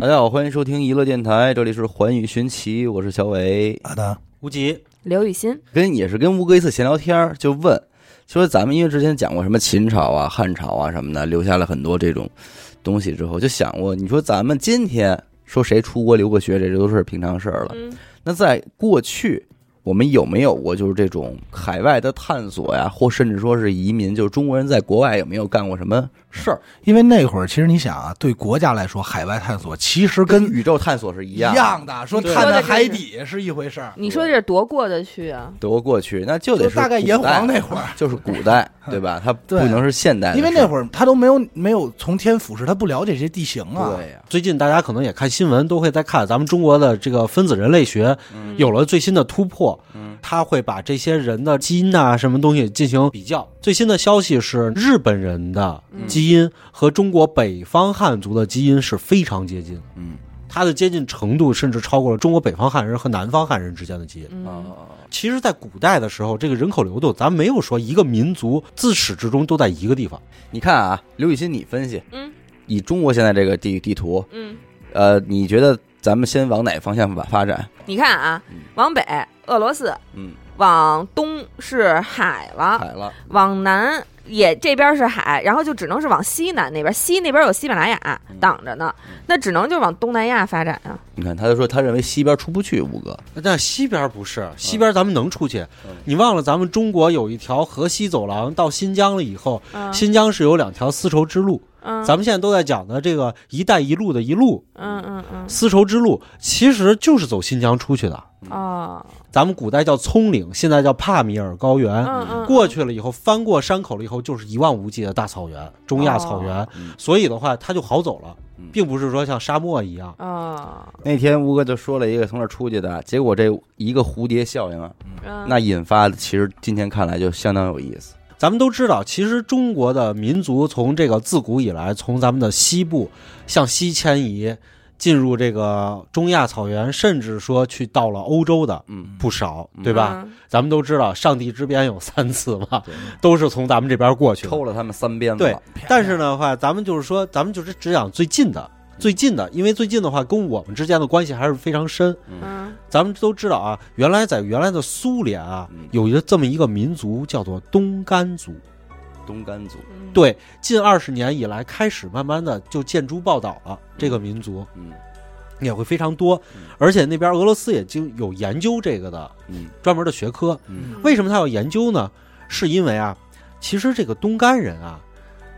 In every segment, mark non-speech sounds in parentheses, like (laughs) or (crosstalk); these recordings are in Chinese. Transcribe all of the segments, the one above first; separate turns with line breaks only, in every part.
大家好，欢迎收听娱乐电台，这里是环宇寻奇，我是小伟。
好的，
无极，
刘雨欣，
跟也是跟吴哥一次闲聊天儿，就问，就说咱们因为之前讲过什么秦朝啊、汉朝啊什么的，留下了很多这种东西之后，就想过，你说咱们今天说谁出国留过学，这都是平常事儿了。
嗯，
那在过去，我们有没有过就是这种海外的探索呀，或甚至说是移民，就是中国人在国外有没有干过什么事儿？
因为那会儿其实你想啊，对国家来说，海外探索其实
跟
跟
宇宙探索是一
嗯一
样的。
样的，说
对
探
说的
探
这
海
是
底是一回
啊
事儿，
你说这多过得去啊？
德国过去，那就得
就是大概
古
炎
代
黄那会儿，
就是古 (laughs) 代，对吧？它不
对
能是现代的事
因
儿，
为那会儿他都没有没有从天俯视，他不了解这些地形啊。
对呀、
最近大家可能也看新闻，都会在看咱们中国的这个分子人类学有了最新的突破。
嗯，
他会把这些人的基因呐、什么东西进行比较。最新的消息是，日本人的
嗯
基因和中国北方汉族的基因是非常接近，
嗯
它的接近程度甚至超过了中国北方汉人和南方汉人之间的基因。
嗯，
哦，
其实，在古代的时候，这个人口流动，咱没有说一个民族自始至终都在一个地方。
你看啊，刘雨欣，你分析，
嗯，
以中国现在这个地地图，
嗯，
呃，你觉得咱们先往哪方向发发展？
你看啊，
嗯
往北俄罗斯，
嗯，
往东是海了，
海了，
往南也这边是海，然后就只能是往西南那边，西那边有喜马拉雅
嗯
挡着呢，那只能就往东南亚发展啊。
你看，他就说他认为西边出不去，五哥，
但西边不是，
嗯
西边咱们能出去。你忘了咱们中国有一条河西走廊到新疆了以后，
嗯
新疆是有两条丝绸之路。
嗯，
咱们现在都在讲的这个“一带一路”的“一路
嗯嗯”嗯，
丝绸之路，其实就是走新疆出去的。
哦，
咱们古代叫葱岭，现在叫帕米尔高原。
嗯嗯，
啊过去了以后，翻过山口了以后，就是一望无际的大草原，中亚草原。
嗯
所以的话，它就好走了
嗯，
并不是说像沙漠一样。
哦，
那天吴哥就说了一个从这儿出去的，结果这一个蝴蝶效应啊，
嗯
那引发的其实今天看来就相当有意思。
咱们都知道，其实中国的民族从这个自古以来，从咱们的西部向西迁移，进入这个中亚草原，甚至说去到了欧洲的
嗯，
不少，对吧？？
嗯
咱们都知道，上帝之鞭有三次嘛
对，
都是从咱们这边过去的。
抽了他们三鞭子
对
了，，
但是呢话，咱们就是说，咱们就是只讲最近的，
嗯
最近的，因为最近的话，跟我们之间的关系还是非常深。
嗯
咱们都知道啊，原来在原来的苏联啊
嗯，
有一个这么一个民族叫做东干族。
东干族，
嗯，
对，近二十年以来，开始慢慢的就见诸报道了，这个民族
嗯
也会非常多
嗯，
而且那边俄罗斯也就有研究这个的
嗯
专门的学科。
嗯
为什么他要研究呢？是因为啊，其实这个东干人啊，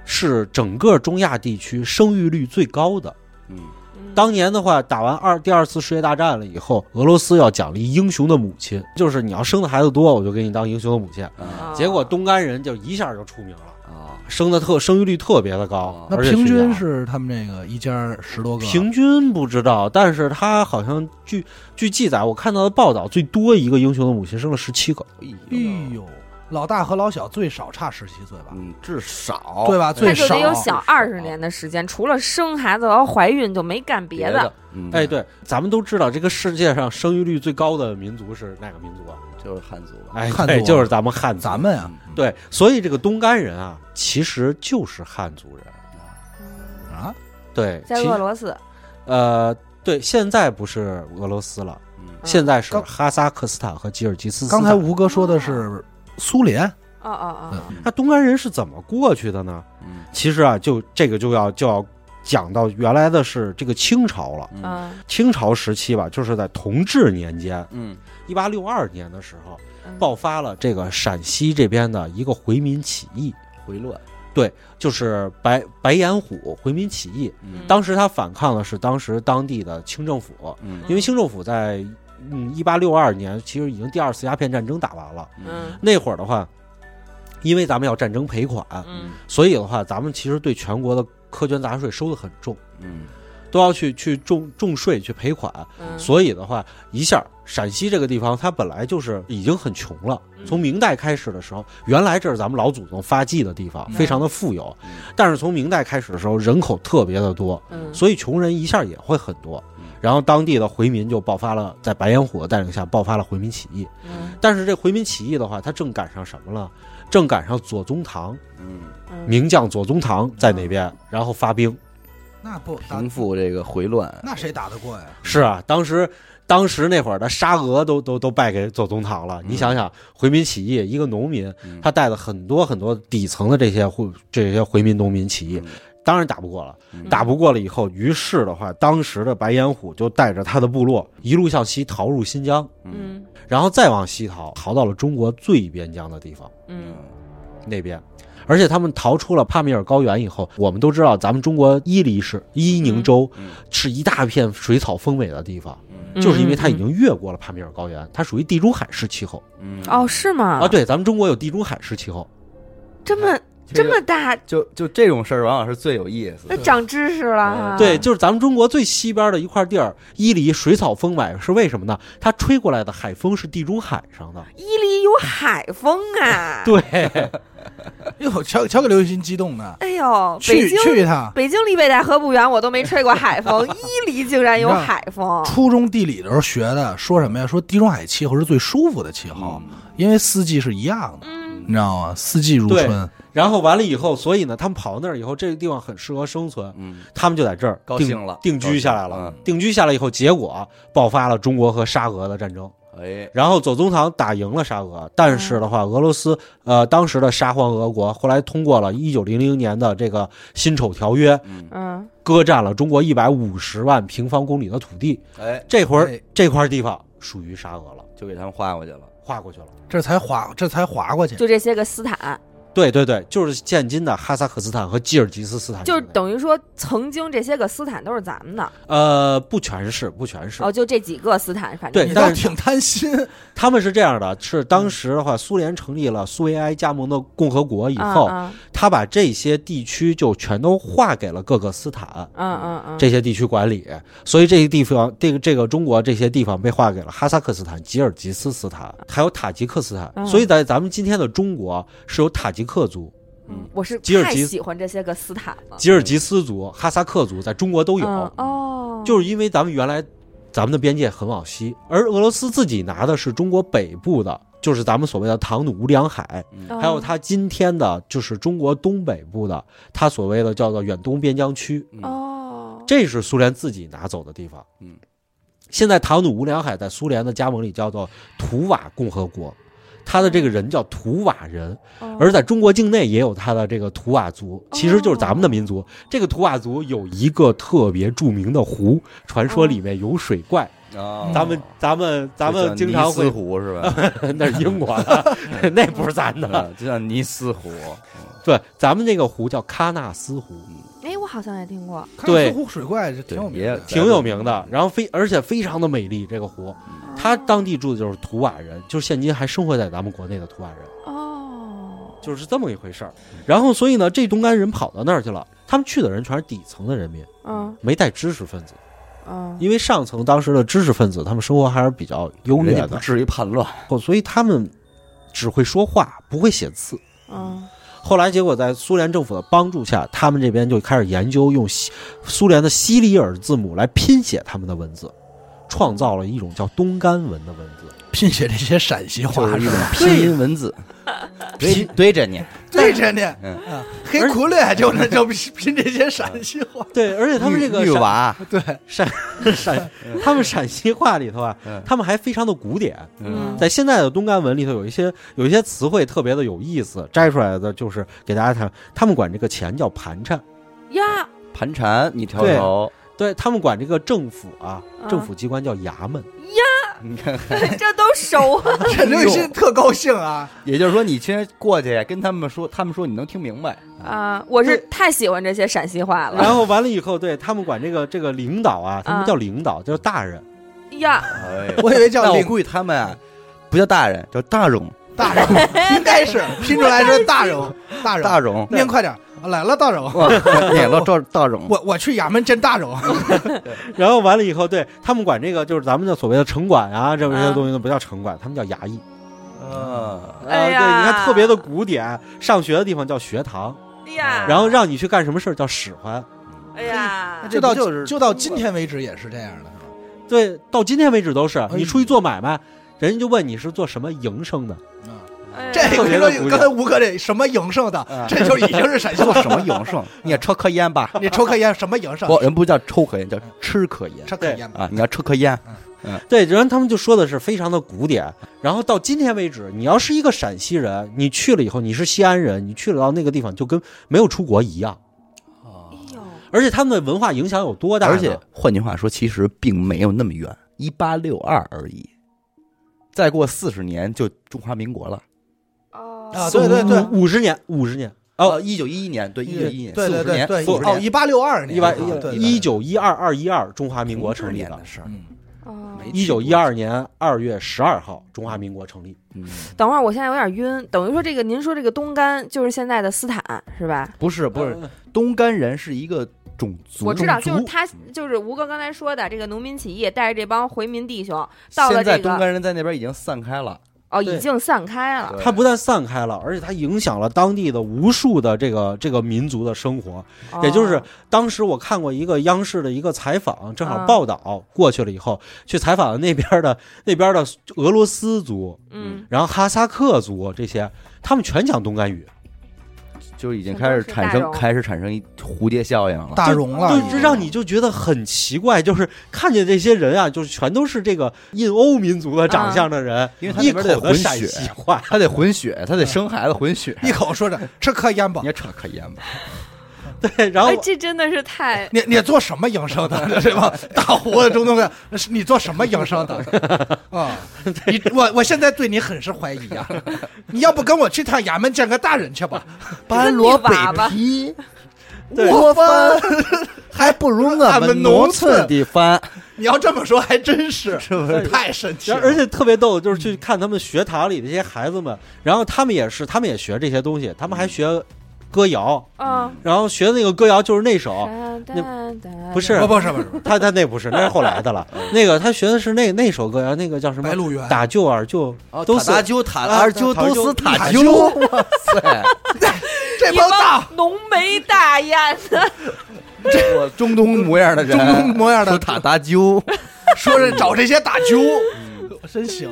是整个中亚地区生育率最高的。
嗯
嗯
当年的话，打完二第二次世界大战了以后，俄罗斯要奖励英雄的母亲，就是你要生的孩子多，我就给你当英雄的母亲。
哦
啊
结果东干人就一下就出名了，
啊，
生的特生育率特别的高
哦，
那
而且
平
去养
均是他们这个一家儿十多个，
平均不知道，但是他好像据据记载，我看到的报道最多一个英雄的母亲生了十七个。
哎呦，老大和老小最少差十七岁吧？
嗯，至少
对吧？最
那就
少
得有小二十年的时间，除了生孩子和怀孕就没干别的。，
嗯
哎，，对，咱们都知道这个世界上生育率最高的民族是哪个民族啊？
就是汉族吧，嗯
哎，
汉族啊
对，就是咱们汉族。
咱们啊，
对，所以这个东干人啊，其实就是汉族人。
啊，
对，
在
其
俄罗斯，嗯
呃，对，现在不是俄罗斯了，
嗯
现在是
刚
哈萨克斯坦和吉尔吉斯斯坦。
刚才吴哥说的是苏联，
哦哦哦，
那东干人是怎么过去的呢？
嗯
其实啊，就这个就要就要讲到原来的是这个清朝了。
嗯
嗯，
清朝时期吧，就是在同治年间，
嗯
一八六二年的时候，
嗯
爆发了这个陕西这边的一个回民起义，
回乱，
就是白白眼虎回民起义。
嗯
当时他反抗的是当时当地的清政府，
嗯
因为清政府在嗯一八六二年其实已经第二次鸦片战争打完了，
嗯
那会儿的话，因为咱们要战争赔款，
嗯
所以的话，咱们其实对全国的苛捐杂税收的很重，
嗯
都要去去重重税去赔款。
嗯，
所以的话，一下陕西这个地方，它本来就是已经很穷了。
嗯
从明代开始的时候，原来这是咱们老祖宗发迹的地方，
嗯
非常的富有
嗯。
但是从明代开始的时候，人口特别的多，
嗯
所以穷人一下也会很多
嗯。
然后当地的回民就爆发了，在白彦虎的带领下爆发了回民起义。
嗯
但是这回民起义的话，它正赶上什么了？正赶上左宗棠
嗯
嗯
名将左宗棠在那边，然后发兵。
那不打
平复这个回乱。
那谁打得过呀？
是啊，当时当时那会儿的沙俄都都都败给左宗棠
嗯
了。你想想，回民起义，一个农民，他带了很多很多底层的这些回这些回民农民起义
嗯，
当然打不过了
嗯。
打不过了以后，于是的话，当时的白眼虎就带着他的部落一路向西逃入新疆，
嗯
然后再往西逃，逃到了中国最边疆的地方
嗯
那边。而且他们逃出了帕米尔高原以后，我们都知道，咱们中国伊犁市、伊宁州
嗯
是一大片水草丰美的地方。
嗯，
就是因为它已
嗯
经越过了帕米尔高原，它属于地中海式气候
嗯
嗯哦，是吗？
啊。，对，哎咱们中国有地中海式气候，
这么
这
这
个
么大，
就就这种事儿，往往是最有意思
那
的。
长知识了
啊
哈。
哎对，就是咱们中国最西边的一块地儿，伊犁水草丰美，是为什么呢？它吹过来的海风是地中海上的，
伊犁有海风啊。，
对，
哟，瞧瞧给刘雨欣激动的，
哎呦，北
去
京
去一趟。
北京离北戴河不远，我都没吹过海
(laughs)
风，伊犁竟然有海风。
初中地理的时候学的，说什么呀？说地中海气候是最舒服的气
嗯
候，因为四季是一样的，
嗯
你知道吗？四季如
对
春，
然后完了以后，所以呢，他们跑到那儿以后，这个地方很适合生存，
嗯，
他们就在这儿
高
定
兴了
定
高
居
兴嗯
下来
了
了。定居下来以后，结果爆发了中国和沙俄的战争。
哎，
然后左宗棠打赢了沙俄，但是的话，
嗯
俄罗斯呃当时的沙皇俄国后来通过了1900年的这个辛丑条约，
嗯，
嗯，
割占了中国150万平方公里的土地。
哎，
这会儿
哎
这块地方属于沙俄了，
就给他们划过去了。
划过去了。
这才划这才划过去。
就这些个斯
哎
坦，
对对对，就是现今的哈萨克斯坦和吉尔吉斯斯坦境
就
内，
是等于说曾经这些个斯坦都是咱们的
呃不全是不全是，
哦，就这几个斯坦，反
对
正
你
就
倒
但是
挺贪心，
他们是这样的，是当时的话，苏联成立了苏维埃加盟的共和国以后，
嗯
他把这些地区就全都划给了各个斯坦。
嗯嗯嗯，
这些地区管理，所以这些地方，这个这个中国这些地方被划给了哈萨克斯坦、吉尔吉斯斯坦，还有塔吉克斯
嗯
坦。所以在咱们今天的中国是有塔吉克族、
嗯
我是
吉尔
太
吉斯
喜欢这些个斯坦了，
吉尔吉斯族、哈萨克族，在中国都
嗯
有。
哦，
就是因为咱们原来咱们的边界很往西，而俄罗斯自己拿的是中国北部的，就是咱们所谓的唐努乌梁海，
哦
还有它今天的就是中国东北部的，它所谓的叫做远东边疆区。
哦，
这是苏联自己拿走的地方。
嗯，
现在唐努乌梁海在苏联的加盟里叫做图瓦共和国，他的这个人叫图瓦人，
哦
而在中国境内也有他的这个图瓦族，其实就是咱们的民族。这个图瓦族有一个特别著名的湖，传说里面有水怪，
哦
嗯咱们咱们咱
就
们
叫
经常
尼斯
会，
湖是吧？
(laughs) 那是英国的， (laughs) 那不是咱的。
嗯就叫尼斯湖。
对，咱们那个湖叫喀纳斯湖。
哎，我好像也听过，
看
对
搜狐水怪这挺有名
也
的，
挺有名的，然后非而且非常的美丽。这个湖，他当地住的就是图瓦人，就是现今还生活在咱们国内的图瓦人，
哦，
就是这么一回事儿。然后，所以呢，这东干人跑到那儿去了，他们去的人全是底层的人民，
嗯
没带知识分子，
嗯，
因为上层当时的知识分子他们生活还是比较优
人
越
家不
的，
至于叛乱，
后所以他们只会说话，不会写字。
嗯
后来，结果在苏联政府的帮助下，他们这边就开始研究用西苏联的西里尔字母来拼写他们的文字，创造了一种叫东干文的文字。
拼写这些陕西话
就是一
是
种
吧？
拼音文
(laughs)
字，堆堆着你。
对着呢
嗯，
啊黑苦略就那就拼这些陕西话，
对，而
(laughs)
且他们这个
玉玉
陕
娃，
对，
陕， (laughs) 他们陕西话里头 (laughs) 啊
嗯，
他们还非常的古典。
嗯
在现在的东干文里头，有一些有一些词汇特别的有意思，摘出来的就是给大家看，他们管这个钱叫盘缠，
呀， (laughs)
盘缠，你瞅瞅，
对他们管这个政府啊，
嗯
政府机关叫衙门。
你看，
这都熟啊， (laughs)
这刘雨欣特高兴啊，
也就是说，你其实过去跟他们说，他们说你能听明白，
啊，我是
对
太喜欢这些陕西话了
然后完了以后，对他们管这个这个领导啊，他们叫领导，叫大人。
呀，
哎，
我以为叫
但我 (laughs)
领
估计他们啊，不叫大人，叫大荣，
大人，应该是拼出来是大荣，大
大
荣，
荣，
念快点儿，来了大荣，
哇， (laughs) 演了赵大荣，
我我去衙门见大荣，
(laughs)
然后完了以后，对他们管这个就是咱们的所谓的城管啊，这
啊
些东西都不叫城管，他们叫衙役。
嗯，
哎呀
呃对，你看特别的古典，上学的地方叫学堂，
呀，
然后让你去干什么事儿叫使唤。
哎呀
那，这
就
不
到
就是
就到今天为止也是这样的，是吧
对，到今天为止都是
哎
呦
你出去做买卖，人家就问你是做什么营生的，
嗯
哎呀
这
特
个
别
你
的嗯
说
古
刚
典
才吴哥这什么营生的，这就已经是
(laughs)
陕西
叫
话
什么营生？你也抽颗烟吧？
你抽颗烟什么营
(laughs)
生？
不，人不叫抽颗烟，叫吃颗烟
抽颗烟吧。
啊！你要吃颗烟，
对，然后他们就说的是非常的古典。然后到今天为止，你要是一个陕西人，你去了以后你是西安人，你去了到那个地方就跟没有出国一样。
哎呦，
而且他们的文化影响有多大呢？
而且换句话说，其实并没有那么远，一八六二而已。再过四十年就中华民国了。
啊
哦，
对对对
五十年，五十年，
哦，一九一一年，对，一九一一年，
对对
40
对
年
对，
40
哦，一
年
八六二年，
一八
啊对对
一九一二二一二，中华民国成立
年
了
的。事儿。
嗯
哦
没
一九一二年二月十二号，中华民国成立。
嗯，
等会儿我现在有点晕，等于说这个您说这个东干就是现在的斯坦是吧？
不是不是，东干人是一个种族，
嗯我知道，
种
就是
族
他，就是吴哥刚才说的这个农民起义，带着这帮回民弟兄到了
现在
这
东
个
干人在那边已经散开了。
哦，
对
已经散开了。
它不但散开了，而且它影响了当地的无数的这个这个民族的生活。也就是
哦
当时我看过一个央视的一个采访，正好报道过去了以后，去采访了那边的那边的俄罗斯族，
嗯，
然后哈萨克族这些，他们全讲东干语，
就是已经开始产生
全都是大肉
开始产生一蝴蝶效应了。
大荣了，
对，这让你就觉得很奇怪，就是看见这些人啊，就是全都是这个印欧民族的长相的
啊
人，
因为他
一
那边得
口的
混
陕
血
西话，
他得混血，他得生孩子混血。
一口说着吃颗烟吧
嗯你。也扯可烟吧？
(laughs) 对，然后
哎，这真的是
(laughs)
太
你你做什么营生的，对吧？大胡子中东的，是你做什么营生的？
(laughs)
啊、你我我现在对你很是怀疑啊！你要不跟我去趟衙门见个大人去吧？
班罗北
皮，
对
我翻还不如我
们农村
的翻，
(laughs) 你要这么说还真是，是不
(laughs) 是
太神奇
然
了？
后而且特别逗，就是去看他们学堂里的这些孩子们，然后他们也是，他们也学这些东西，他
嗯
们还学歌谣，
嗯，
然后学的那个歌谣就是哦那首，
不不是不
不是
是不是嗯
他他那不是，那是后来的了。那个他学的是那那首歌谣，那个叫什么
白？鹿原，哦
打舅二舅都
都
是
哦塔啾塔
啊
二啾
塔啾
都是塔
塔
啾，
啾
哇塞！
这
一
帮大
帮 (laughs) 浓眉大眼的，
(laughs) 这我中东模样的人，
中东模样的
说塔达啾，
说是找这些大揪，
嗯
真
哎
行！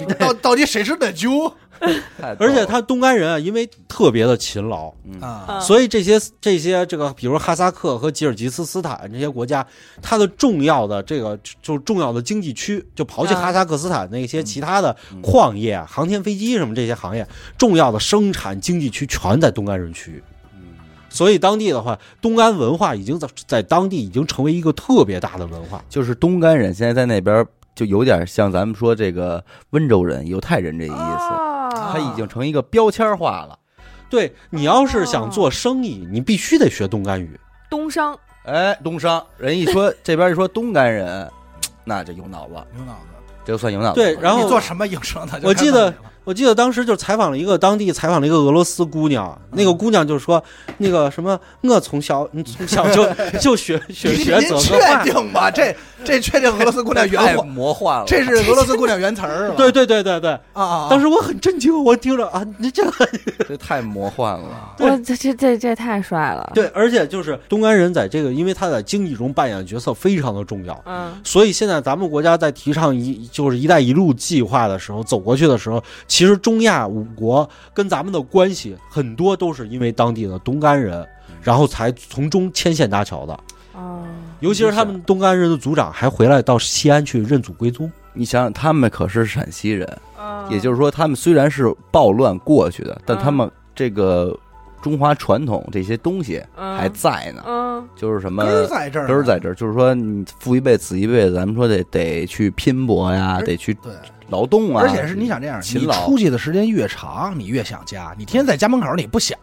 你 (laughs) 到到底谁是那揪
太逗了
而且他东干人啊，因为特别的勤劳，
嗯
啊？
所以这些这些这个，比如哈萨克和吉尔吉斯斯坦这些国家，它的重要的这个就是重要的经济区，就刨去
啊
哈萨克斯坦那些其他的矿业、啊、航天飞机什么这些行业，重要的生产经济区全在东干人区域。所以当地的话，东安文化已经在在当地已经成为一个特别大的文化。
就是东干人现在在那边就有点像咱们说这个温州人、犹太
嗯
人这意
哦
思，他
思
已经成一个标签化了。
对你要是想做生意，你必须得学东干语。
东商
哎，东商人一说 (laughs) 这边一说东干人，那这有脑子，
牛脑子，
这就算有脑子。
对，然后
你做什么营生的？就
我记得
看到你了
我记得当时就采访了一个当地采访了一个俄罗斯姑娘，
嗯
那个姑娘就说那个什么，我从小嗯从小就 (laughs) 就学学
您
学
您
泽克话
确。定吗？这这确定俄罗斯姑
(laughs)
娘
太
原话？
魔幻了，
这是俄罗斯姑娘原词儿
对对对对对，
啊啊！
当时我很震惊，我听着啊，你这个 (laughs)
这太魔幻了。
对，
哇，这这这这太帅了
对，而且就是东安人在这个，因为他在经济中扮演的角色非常的重要，
嗯，
所以现在咱们国家在提倡一就是“一带一路”计划的时候，走过去的时候，其实中亚五国跟咱们的关系很多都是因为当地的东干人，
嗯
然后才从中牵线搭桥的。
哦，
尤其是他们东干人的族长还回来到西安去认祖归宗。
(laughs) 你想想，他们可是陕西人，
哦
也就是说，他们虽然是暴乱过去的，但
嗯
他们这个中华传统这些东西
嗯
还在呢，
嗯
就是什么
根。儿在这儿呢，啊
根儿在这儿，就是说你父一辈子一辈子，咱们说得得去拼搏呀，
而
得去
对，
劳动啊。
而且是你想这样，
勤
你
劳
出去的时间越长，你越想家，你天天在家门口你不想，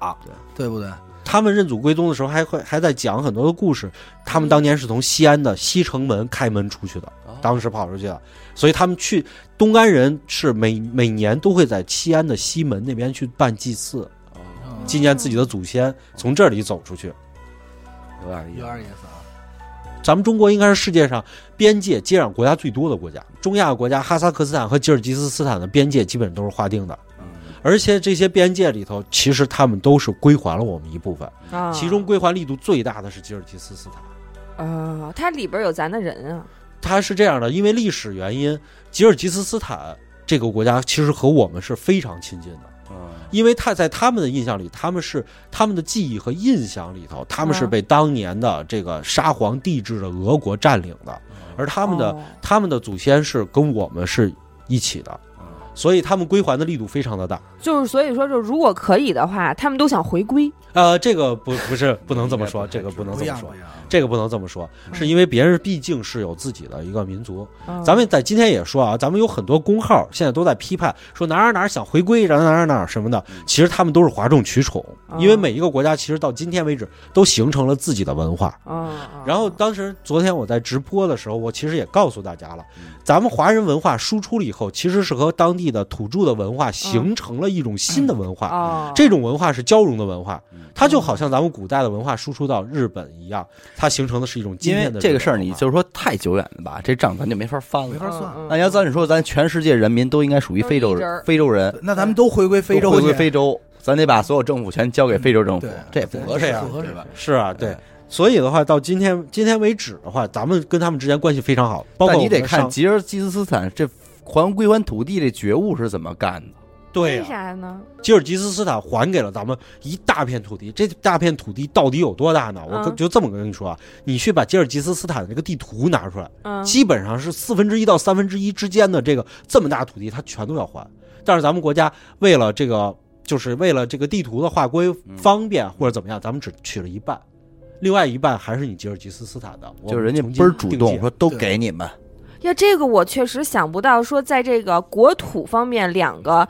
对不对？
他们认祖归宗的时候，还会还在讲很多的故事。他们当年是从西安的西城门开门出去的，当时跑出去的，所以他们去东干人是每每年都会在西安的西门那边去办祭祀，
嗯
纪念自己的祖先从这里走出去。
有点意
有
思，
点意思啊。
咱们中国应该是世界上边界接壤国家最多的国家，中亚国家哈萨克斯坦和吉尔吉斯斯坦的边界基本都是划定的，而且这些边界里头，其实他们都是归还了我们一部分，
啊
其中归还力度最大的是吉尔吉斯斯坦。
啊，它里边有咱的人啊，
它是这样的，因为历史原因，吉尔吉斯斯坦这个国家其实和我们是非常亲近的，因为他在他们的印象里，他们是他们的记忆和印象里头，他们是被当年的这个沙皇帝制的俄国占领的，而他们的
哦
他们的祖先是跟我们是一起的，所以他们归还的力度非常的大。
就是所以说，就如果可以的话，他们都想回归。
呃，这个不不是不能这么说，
应该
这
不
个
太
不能
不
这
一
么
样
说
不一，样。
这个不能这么说，是因为别人毕竟是有自己的一个民族，
嗯
咱们在今天也说啊，咱们有很多公号现在都在批判说哪儿哪儿想回归，然后哪儿哪儿什么的，其实他们都是哗众取宠，
嗯
因为每一个国家其实到今天为止都形成了自己的文化。
嗯，嗯
然后当时昨天我在直播的时候，我其实也告诉大家了，咱们华人文化输出了以后，其实是和当地的土著的文化形成了一种新的文化，
哦，
啊这种文化是交融的文化
嗯，
它就好像咱们古代的文化输出到日本一样，它形成的是一种今
因为
天的
这个事儿，
日本文
你
化
就是说太久远了吧？这仗咱就没法翻
没
了。
法算。
嗯
那要照你说，咱全世界人民都应该属于非洲
都是一支
人
儿，
非洲人
那咱们都回归非洲
都
去，
回归非洲，咱得把所有政府全交给非洲政府
对，
这也不合适
这
啊，
样
不合适
对吧？
是啊，对
哎。
所以的话，到今天今天为止的话，咱们跟他们之间关系非常好。包括
但你
我们
得
的
看
商，
吉尔吉斯斯坦这还归还土地这觉悟是怎么干的。
对啊呀、
为啥呢？
吉尔吉斯斯坦还给了咱们一大片土地，这大片土地到底有多大呢？我
嗯
跟就这么跟你说啊，你去把吉尔吉斯斯坦的这个地图拿出来，
嗯，
基本上是四分之一到三分之一之间的这个这么大土地，它全都要还。但是咱们国家为了这个，就是为了这个地图的划归
嗯
方便或者怎么样，咱们只取了一半，另外一半还是你吉尔吉斯斯坦的。我
就是人家
重
倍
新
儿主
定
动
界
说都给你们，
呀，这个我确实想不到，说在这个国土方面，两个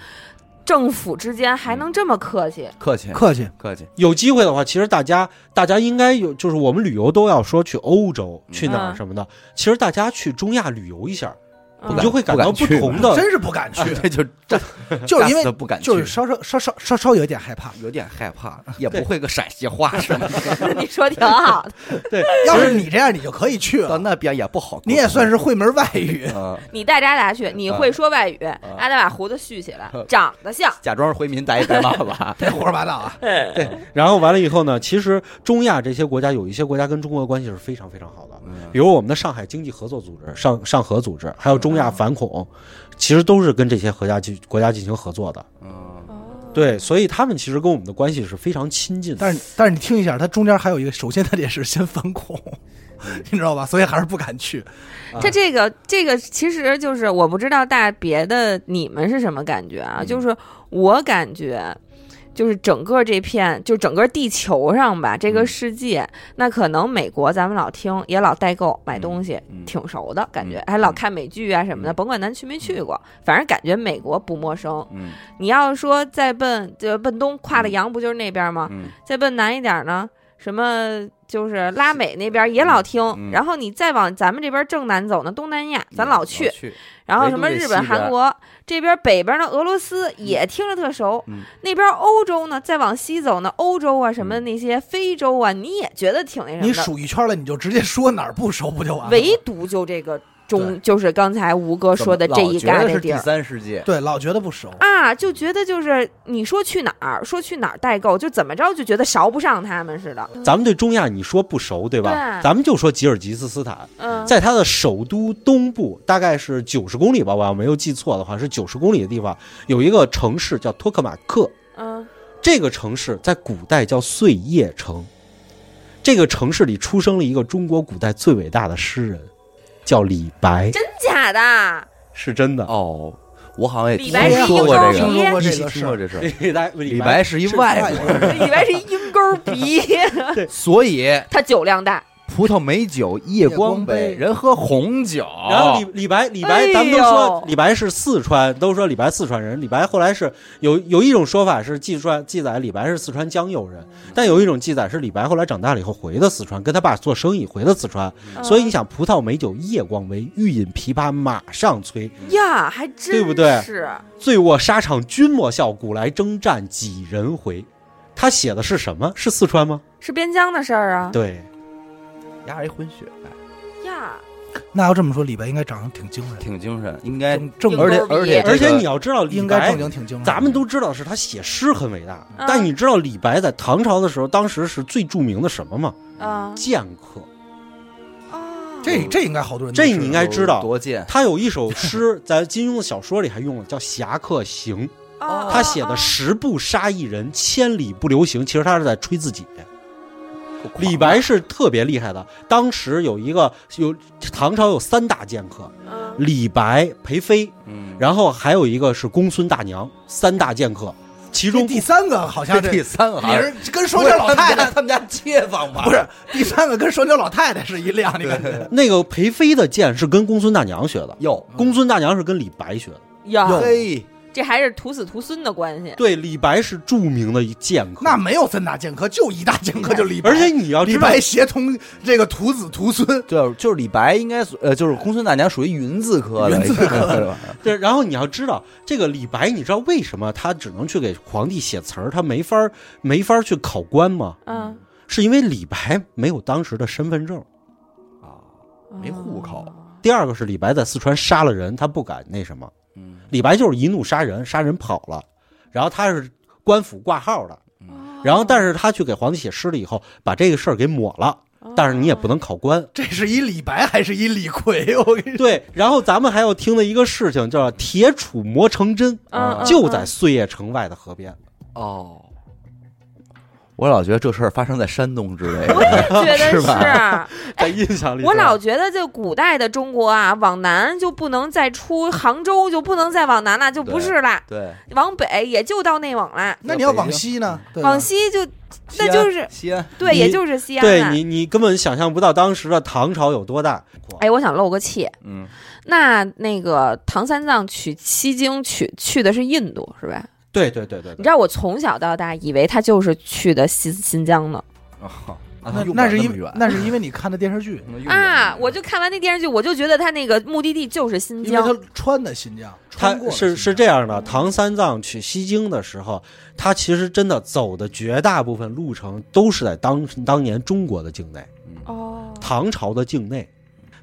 政府之间
嗯
还能这么客气。
客气
客气，
客气。
有机会的话，其实大家大家应该有，就是我们旅游都要说去欧洲、去哪儿
嗯
什么的。其实大家去中亚旅游一下，
啊不
你
敢
嗯
就会感到不
不敢去
同的。
真是不
(laughs)
敢去，
这就
就是因
打死
为
不敢去，
就是稍稍稍稍稍稍有点害怕。
有点害
(laughs)
怕，也不会个陕西话什么的，
你说挺好的，
要是你这样，你就可以去
啊
到
了，
那边也不好沟通。
你也算是会门外
(laughs)
语。。
嗯，
你带扎达去，你
啊
会说外语，阿达把胡子蓄起来，长得像。
假装是回民，咱也别骂吧
(laughs)
别胡说八道啊！
然后完了以后呢，其实中亚这些国家有一些国家跟中国的关系是非常非常好的，
嗯
比如我们的上海经济合作组织、上上合组织，还有中亚反恐，其实都是跟这些国家进国家进行合作的。
嗯，
对，所以他们其实跟我们的关系是非常亲近的。
但是但是你听一下，它中间还有一个，首先它得是先反恐， (laughs) 你知道吧？所以还是不敢去。
啊
他这个这个其实就是我不知道大别的你们是什么感觉
嗯
啊？就是我感觉，就是整个这片，就整个地球上吧，这
嗯
个世界，那可能美国咱们老听也老代购买东西，
嗯嗯
挺熟的感觉，
嗯
还老看美剧啊什么的，
嗯
甭管咱去没去过，反正感觉美国不陌生。
嗯
你要说再奔就奔东跨了洋，不就是那边吗？
嗯，
再奔南一点呢，什么就是拉美那边也老听，
嗯
然后你再往咱们这边正南走呢，东南亚咱老去，然后什么日
唯独这
本、
西边
韩国这边北边呢，俄罗斯也听着特熟，
嗯
那边欧洲呢，再往西走呢，欧洲啊什么那些非洲啊，你也觉得挺那什么
你
的，
数一圈了，你就直接说哪儿不熟不
啊
就完了吗？
唯独就这个中，就是刚才吴哥说的这一
怎么
旮
老觉得是
这地
第
儿。
三世界，
对老觉得不熟，
啊，就觉得就是你说去哪儿，说去哪儿代购，就怎么着就觉得勺不上他们似的。
咱们对中亚你说不熟对吧？
对
咱们就说吉尔吉斯斯坦，
嗯，
在它的首都东部，大概是九十公里吧，我要没有记错的话，是九十公里的地方，有一个城市叫托克马克。
嗯，
这个城市在古代叫碎叶城。这个城市里出生了一个中国古代最伟大的诗人，叫李白，
真假的？
是真的。
哦，我好像也
李
听
白是
说
一
过
个
这
听
个，
说过这
一
个
听
事
说
儿。
这事儿。
李白，李
李白是一外
是
国
外国
人，
李白是鹰钩 (laughs) 鼻，
所以
他酒量大。
葡萄美酒夜光杯，人喝红酒。
然后李李白，李
哎
白，
呦
咱们都说李白是四川，都说李白四川人。李白后来是有有一种说法是记传记载李白是四川江油人，但有一种记载是李白后来长大了以后回的四川，跟他爸做生意回的四川。
嗯
所以你想，葡萄美酒夜光杯，欲饮琵琶马上催。
呀，还真
对不对
是
醉卧沙场君莫笑，古来征战几人回。他写的是什么？是四川吗？
是边疆的事儿啊。
对，
压着一混血，
呀，
那要这么说，李白应该长得挺精神，
挺精神，应该。
挺正，
哎而且
正宗
而且
毕业
而且
这个
你要知道，李
应该
白
正经挺精神。
咱们都知道是他写诗很伟大，
嗯
但你知道李白在唐朝的时候，当时是最著名的什么吗？
啊
剑客。
啊，
这这应该好多人都
这
知道
你应该知道
多见。
他有一首诗，在金庸的小说里还用了，叫《侠客行》。
哦
他写的“十步杀一人，千里不留行”，其实他是在吹自己。李白是特别厉害的，当时有一个有唐朝有三大剑客，
嗯
李白、裴飞，
嗯，
然后还有一个是公孙大娘，三大剑客，其
这
中
第三个好像
这 (laughs)
这
第三个
名
还是
儿跟双桥老太太
他们家街坊吧？
不是第三个跟双桥老太太是一辆，你感觉？
那个裴飞的剑是跟公孙大娘学的，
哟，
公孙大娘是跟李白学的。
啊
呀，
嘿，
这还是徒子徒孙的关系。
对，李白是著名的一剑客，
那没有三大剑客，就一大剑客就李白，
而且你要
李
知道，
白协同这个徒子徒孙，
对，就是李白应该属呃，就是公孙大娘属于云字科的，
云字科
是吧？
(laughs)
对，然后你要知道，这个李白，你知道为什么他只能去给皇帝写词儿，他没法儿没法儿去考官吗？
嗯，
是因为李白没有当时的身份证。
啊
没户口
哦
第二个是李白在四川杀了人，他不敢那什么。
嗯，
李白就是一怒杀人，杀人跑了，然后他是官府挂号的，然后但是他去给皇帝写诗了以后，把这个事儿给抹了，
哦
但是你也不能考官。
这是一李白还是一李逵？我
(laughs)
跟你说，
对，然后咱们还要听的一个事情叫“铁杵磨成针”，
嗯嗯
就在碎叶城外的河边。
哦，我老觉得这事儿发生在山东之类
我
的，
(laughs)
(laughs)
也觉得
是
是
吧
在印象里，
哎我老觉得这古代的中国啊，往南就不能再出杭州，就不能再往南了，就不是啦。
(laughs)
对，
往北也就到内蒙了，
那你要往西呢？对吧
往西就那
西安
就是
西安，
对，
啊你
也就是西安
对
了。
你，你根本想象不到当时的唐朝有多大。
哎，我想漏个气，
嗯，
那那个唐三藏取西经取去的是印度是吧？
对对对对
你
对，
知道我从小到大以为他就是去的新新疆呢
哦
那
用不
那
了
是
那
因
么远
那是因为你看的电视剧，
用不了
啊！我就看完那电视剧，我就觉得他那个目的地就是新
因为
疆
他穿的新疆，
他
穿过了
是
新疆
是这样的，唐三藏取西经的时候，他其实真的走的绝大部分路程都是在当当年中国的境内，
哦
唐朝的境内。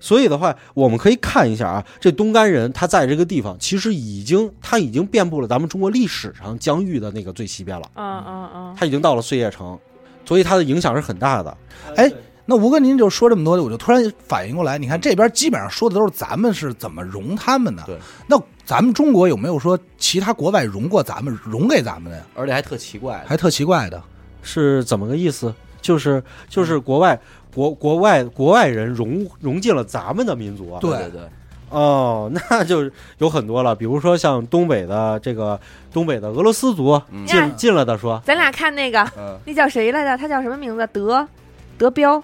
所以的话，我们可以看一下啊，这东干人他在这个地方，其实已经他已经遍布了咱们中国历史上疆域的那个最西边了，
嗯嗯嗯，
他已经到了碎叶城，所以他的影响是很大的。
哎，那吴哥，您就说这么多，我就突然反应过来，你看这边基本上说的都是咱们是怎么容他们的。
对，
那咱们中国有没有说其他国外容过咱们、容给咱们的呀？
而且还特奇怪，
还特奇怪的。
是怎么个意思？就是就是国外国国外国外人融融进了咱们的民族
(laughs)
啊。
对
对对，
哦，那就是有很多了，比如说像东北的这个东北的俄罗斯族
嗯
呀
进进来的说，
咱俩看那个
嗯，
那叫谁来着？他叫什么名字？德德彪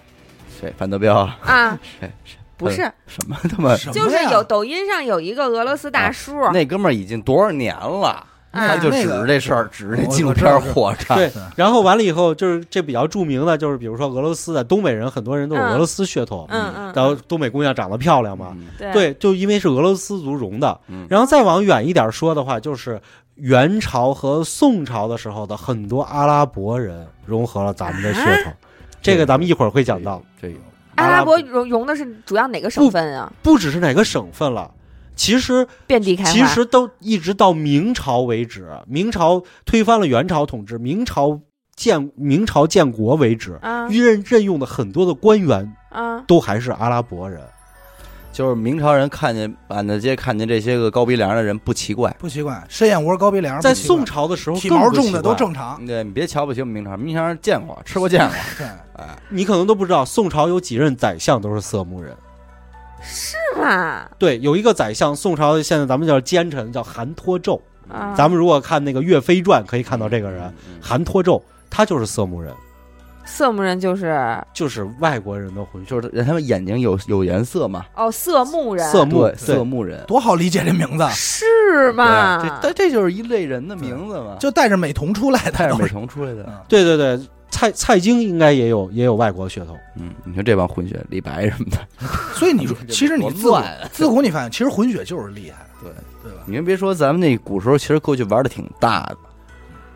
谁范德彪啊
啊？
谁谁
不是，
什么他妈
什
就
么
是
呀
有抖音上有一个俄罗斯大叔，
那哥们儿已经多少年了，
啊
他就指着这事儿，指着这纪录片火着。
对，然后完了以后就是这比较著名的，就是比如说俄罗斯的东北人，很多人都有
嗯
俄罗斯血统，
嗯嗯，
然后东北姑娘长得漂亮嘛，
嗯
对
对，就因为是俄罗斯族融的
嗯。
然后再往远一点说的话，就是元朝和宋朝的时候的很多阿拉伯人融合了咱们的血统，这个咱们一会儿会讲到。
这有
啊阿拉伯
阿拉
融融的是主要哪个省份啊？
不只是哪个省份了，其实
遍地开花。
其实都一直到明朝为止，明朝推翻了元朝统治，明朝建明朝建国为止，
啊
任任用的很多的官员
啊，
都还是阿拉伯人。
就是明朝人看见满大街看见这些个高鼻梁的人不奇怪。
不习惯，深眼窝、高鼻梁，
在
不习惯
宋朝的时候，
体毛重的都。正常。
对你别瞧不起我们明朝，明朝人见过吃过见过，
对，
你可能都不知道，宋朝有几任宰相都是色目人。
是吗？
对，有一个宰相，宋朝现在咱们叫奸臣，叫韩托胄。
啊，
咱们如果看那个《岳飞传》，可以看到这个人，
嗯
韩托胄，他就是色目人，
色目人就是
就是外国人的混血。
就是人他们眼睛有有颜色嘛，
哦，色目人
色目啊
对，
对
色目人，
多好理解这名字，
是
这
吗？
但这就是一类人的名字嘛，
就带着美瞳出来
太阳
的都
啊美
是。
瞳出来的。
嗯
对对对，蔡蔡京应该也有也有外国血统。
嗯，你说这帮混血，李白什么的，
所以
(laughs)
你说，其实你
多
自古
乱啊
自古你发现，其实混血就是厉害。
对
对吧？
你们别说，咱们那古时候其实过去玩的挺大的，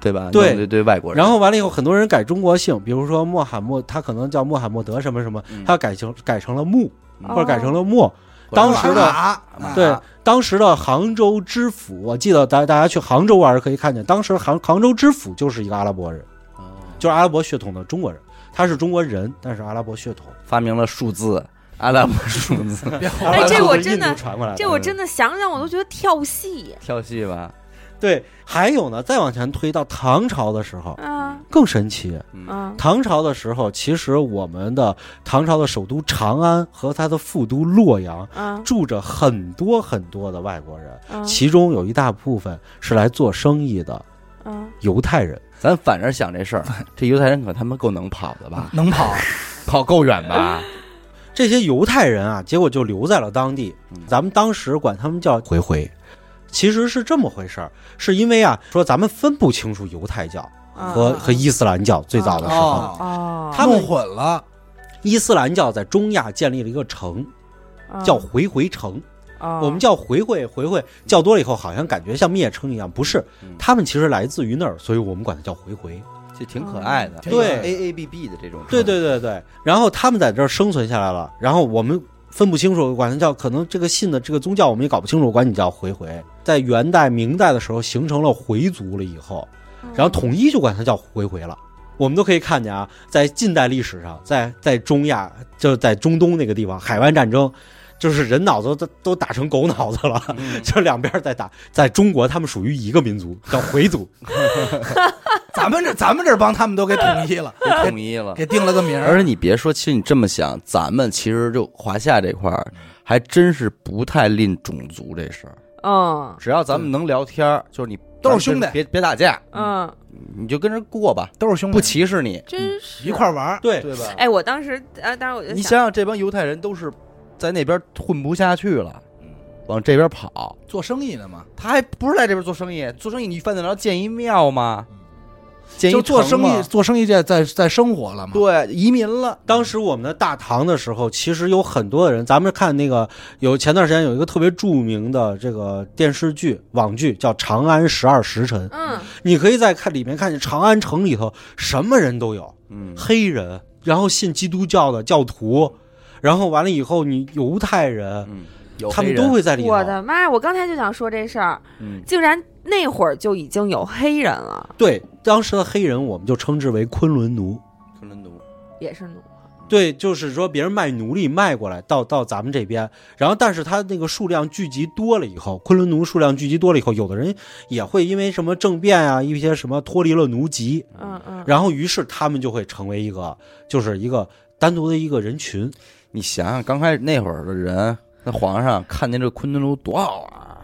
对吧？
对
弄得对，外国人。
然后完了以后，很多人改中国姓，比如说穆罕默，他可能叫穆罕默德什么什么
嗯，
他改成改成了穆，
嗯
或者改
哦
成了莫。当时
马
的
啊
对当时的杭州知府，我记得大大家去杭州玩儿可以看见，当时杭杭州知府就是一个阿拉伯人，
哦
就是阿拉伯血统的中国人，他是中国人，但是阿拉伯血统。
发明了数字，阿拉伯数字
别
哎这我真的
(laughs) 印度传过来
这我真的想想我都觉得跳戏。
跳戏吧，
对，还有呢，再往前推到唐朝的时候
啊
更神奇。
啊
唐朝的时候，其实我们的唐朝的首都长安和它的副都洛阳
啊
住着很多很多的外国人，
啊
其中有一大部分是来做生意的
啊！
犹太人。
咱反着想这事儿，这犹太人可他妈够能跑的吧？
能跑，
跑够远吧？
这些犹太人啊，结果就留在了当地
嗯。
咱们当时管他们叫回回，其实是这么回事儿，是因为啊，说咱们分不清楚犹太教和、和伊斯兰教最早的时候，
哦
啊哦，
他们
弄混了，
伊斯兰教在中亚建立了一个城，叫回回城。
嗯哦、
我们叫回回回回，叫多了以后好像感觉像灭称一样，不是
嗯，
他们其实来自于那儿，所以我们管它叫回回。
这挺可爱的，
挺
可爱的
嗯，A A B B 的这种，
对对对对，然后他们在这儿生存下来了，然后我们分不清楚，管它叫可能这个信的这个宗教我们也搞不清楚，管你叫回回。在元代、明代的时候形成了回族了以后，然后统一就管它叫回回了。我们都可以看见啊，在近代历史上，在在中亚，就是在中东那个地方，海湾战争，就是人脑子都都打成狗脑子了， (laughs) 就两边在打。在中国，他们属于一个民族，叫回族。
咱们这咱们这帮他们都给统一
(laughs)
了，
对，统一了。
给定了个名
而
儿，
且你别说，其实你这么想，咱们其实就华夏这块儿，还真是不太吝种族这事儿。
嗯
只要咱们能聊天儿，就是你
都是兄
咱
弟
们别别打架，
嗯，
你就跟人过吧，
都是兄弟，
不歧视你，
真
嗯
是
一块儿玩儿，
对
对吧？
哎，我当时呃，当时我就
你想想，这帮犹太人都是在那边混不下去了，往这边跑，
做生意的嘛，
嗯他还不是来这边做生意？做生意你犯得着建一庙吗？建一
就做
城
生意
吗，
做生意界在在生活了嘛，
对，移民了，
当时我们的大唐的时候，其实有很多的人，咱们看那个有前段时间有一个特别著名的这个电视剧网剧叫《长安十二时辰》，
嗯
你可以在看里面看见长安城里头什么人都有，
嗯，
黑人，然后信基督教的教徒，然后完了以后你犹太人，
嗯，有
他
黑
们
人
都，会在里头。
嗯我的妈呀！我刚才就想说这事儿，
嗯，
竟然那会儿就已经有黑人了，
对，当时的黑人我们就称之为昆仑奴。
昆仑奴，
也是奴。
对，就是说别人卖奴隶卖过来到到咱们这边，然后但是他那个数量聚集多了以后，昆仑奴数量聚集多了以后，有的人也会因为什么政变啊，一些什么脱离了奴籍，
嗯嗯，
然后于是他们就会成为一个就是一个单独的一个人群。
你想想，刚开始那会儿的人，那皇上看见这昆仑奴多好玩儿，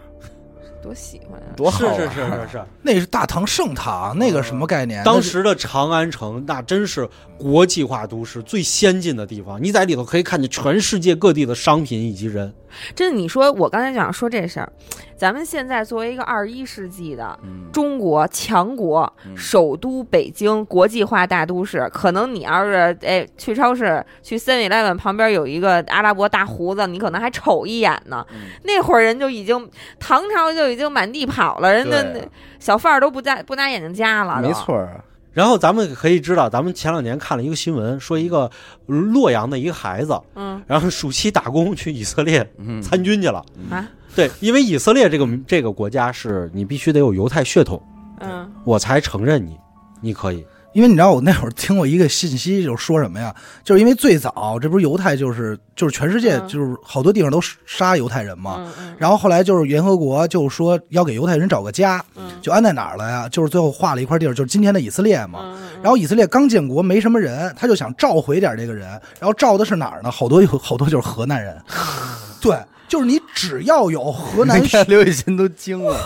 多喜欢啊！
多好玩儿，
是是是是是，
那是大唐盛唐，那个什么概念？
(laughs) 当时的长安城那真是国际化都市最先进的地方，你在里头可以看见全世界各地的商品以及人。
真的，你说我刚才想说这事儿，咱们现在作为一个二十一世纪的
嗯，
中国强国，
嗯
首都北京国际化大都市，可能你要是哎去超市去 Seven Eleven 旁边有一个阿拉伯大胡子，你可能还瞅一眼呢。
嗯
那会儿人就已经唐朝就已经满地跑了，人
对
家
啊
小贩儿都不加不拿眼睛夹了。
没，错儿啊，
然后咱们可以知道，咱们前两年看了一个新闻，说一个洛阳的一个孩子，
嗯
然后暑期打工去以色列
嗯，
参军去了。
啊
对，因为以色列这个这个国家是你必须得有犹太血统，
嗯
我才承认你，你可以。
因为你知道，我那会儿听过一个信息，就是说什么呀？ (laughs) 就是因为最早这不是犹太，就是就是全世界
嗯
就是好多地方都杀犹太人嘛。
嗯嗯
然后后来就是联合国就说要给犹太人找个家，
嗯
就安在哪儿了呀？就是最后划了一块地儿，就是今天的以色列嘛。
嗯，
然后以色列刚建国没什么人，他就想召回点这个人，然后召的是哪儿呢？好多有 (laughs) 好多就是河南人， (laughs) 对，就是你只要有河南
你看 (laughs) 刘雨欣都惊了，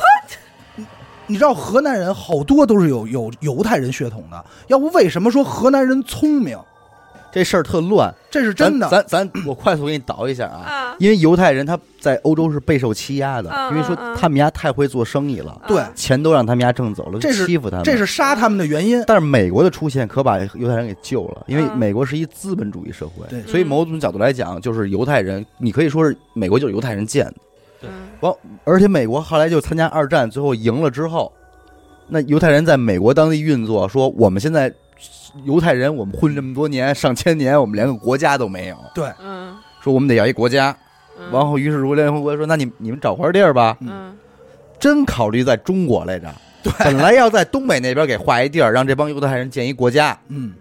你知道河南人好多都是有有犹太人血统的，要不为什么说河南人聪明？
这事儿特乱，
这是真的。
咱咱咱我快速给你倒一下啊，
啊
因为犹太人他在欧洲是备受欺压的，
嗯
因为说
嗯嗯
他们家太会做生意了，
对
嗯
钱都让他们家挣走了，
这是
欺负他们。
这是杀他们的原因。
但是美国的出现可把犹太人给救了，因为
嗯
美国是一资本主义社会，
对
所以某种角度来讲，就是犹太人，你可以说是美国就是犹太人建的。
嗯
而且美国后来就参加二战，最后赢了之后，那犹太人在美国当地运作，说我们现在犹太人，我们混这么多年上千年，我们连个国家都没有，
嗯
说我们得要一国家。
嗯，
然后于是如联合国说，那你你们找块地儿吧，
嗯
真考虑在中国来着。对，本来要在东北那边给划一地儿，让这帮犹太人建一国家，
嗯，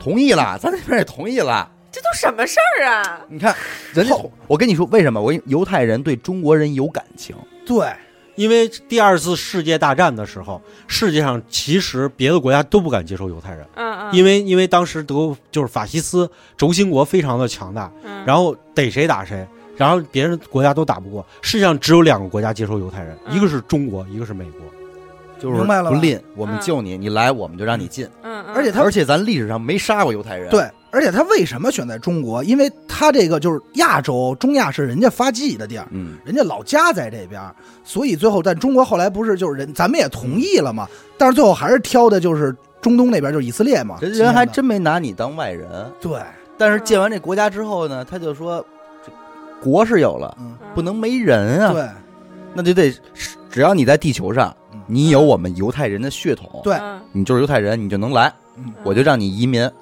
同意了，咱那边也同意了。
这都什么事儿啊？
你看，人家，我跟你说，为什么？我跟你犹太人对中国人有感情，
对，
因为第二次世界大战的时候，世界上其实别的国家都不敢接受犹太人，
嗯嗯，
因为因为当时德就是法西斯轴心国非常的强大，
嗯
然后逮谁打谁，然后别人国家都打不过，世界上只有两个国家接受犹太人，
嗯
一个是中国，一个是美国。
就是
明白了吧
不吝，我们救你，你来我们就让你进。
嗯，嗯
而且他
而且咱历史上没杀过犹太人，，
对，而且他为什么选在中国？因为他这个就是亚洲、中亚是人家发迹的地儿，
嗯，
人家老家在这边儿，所以最后但中国后来不是就是人，咱们也同意了嘛，但是最后还是挑的就是中东那边，就是以色列嘛，
人人还
今
真没拿你当外人。
天的对，
但是建完这国家之后呢，他就说，这国是有了，
嗯，
不能没人啊，
对
那就得只要你在地球上
嗯，
你有我们犹太人的血统，
对
嗯
你就是犹太人，你就能来，
嗯
我就让你移民。
嗯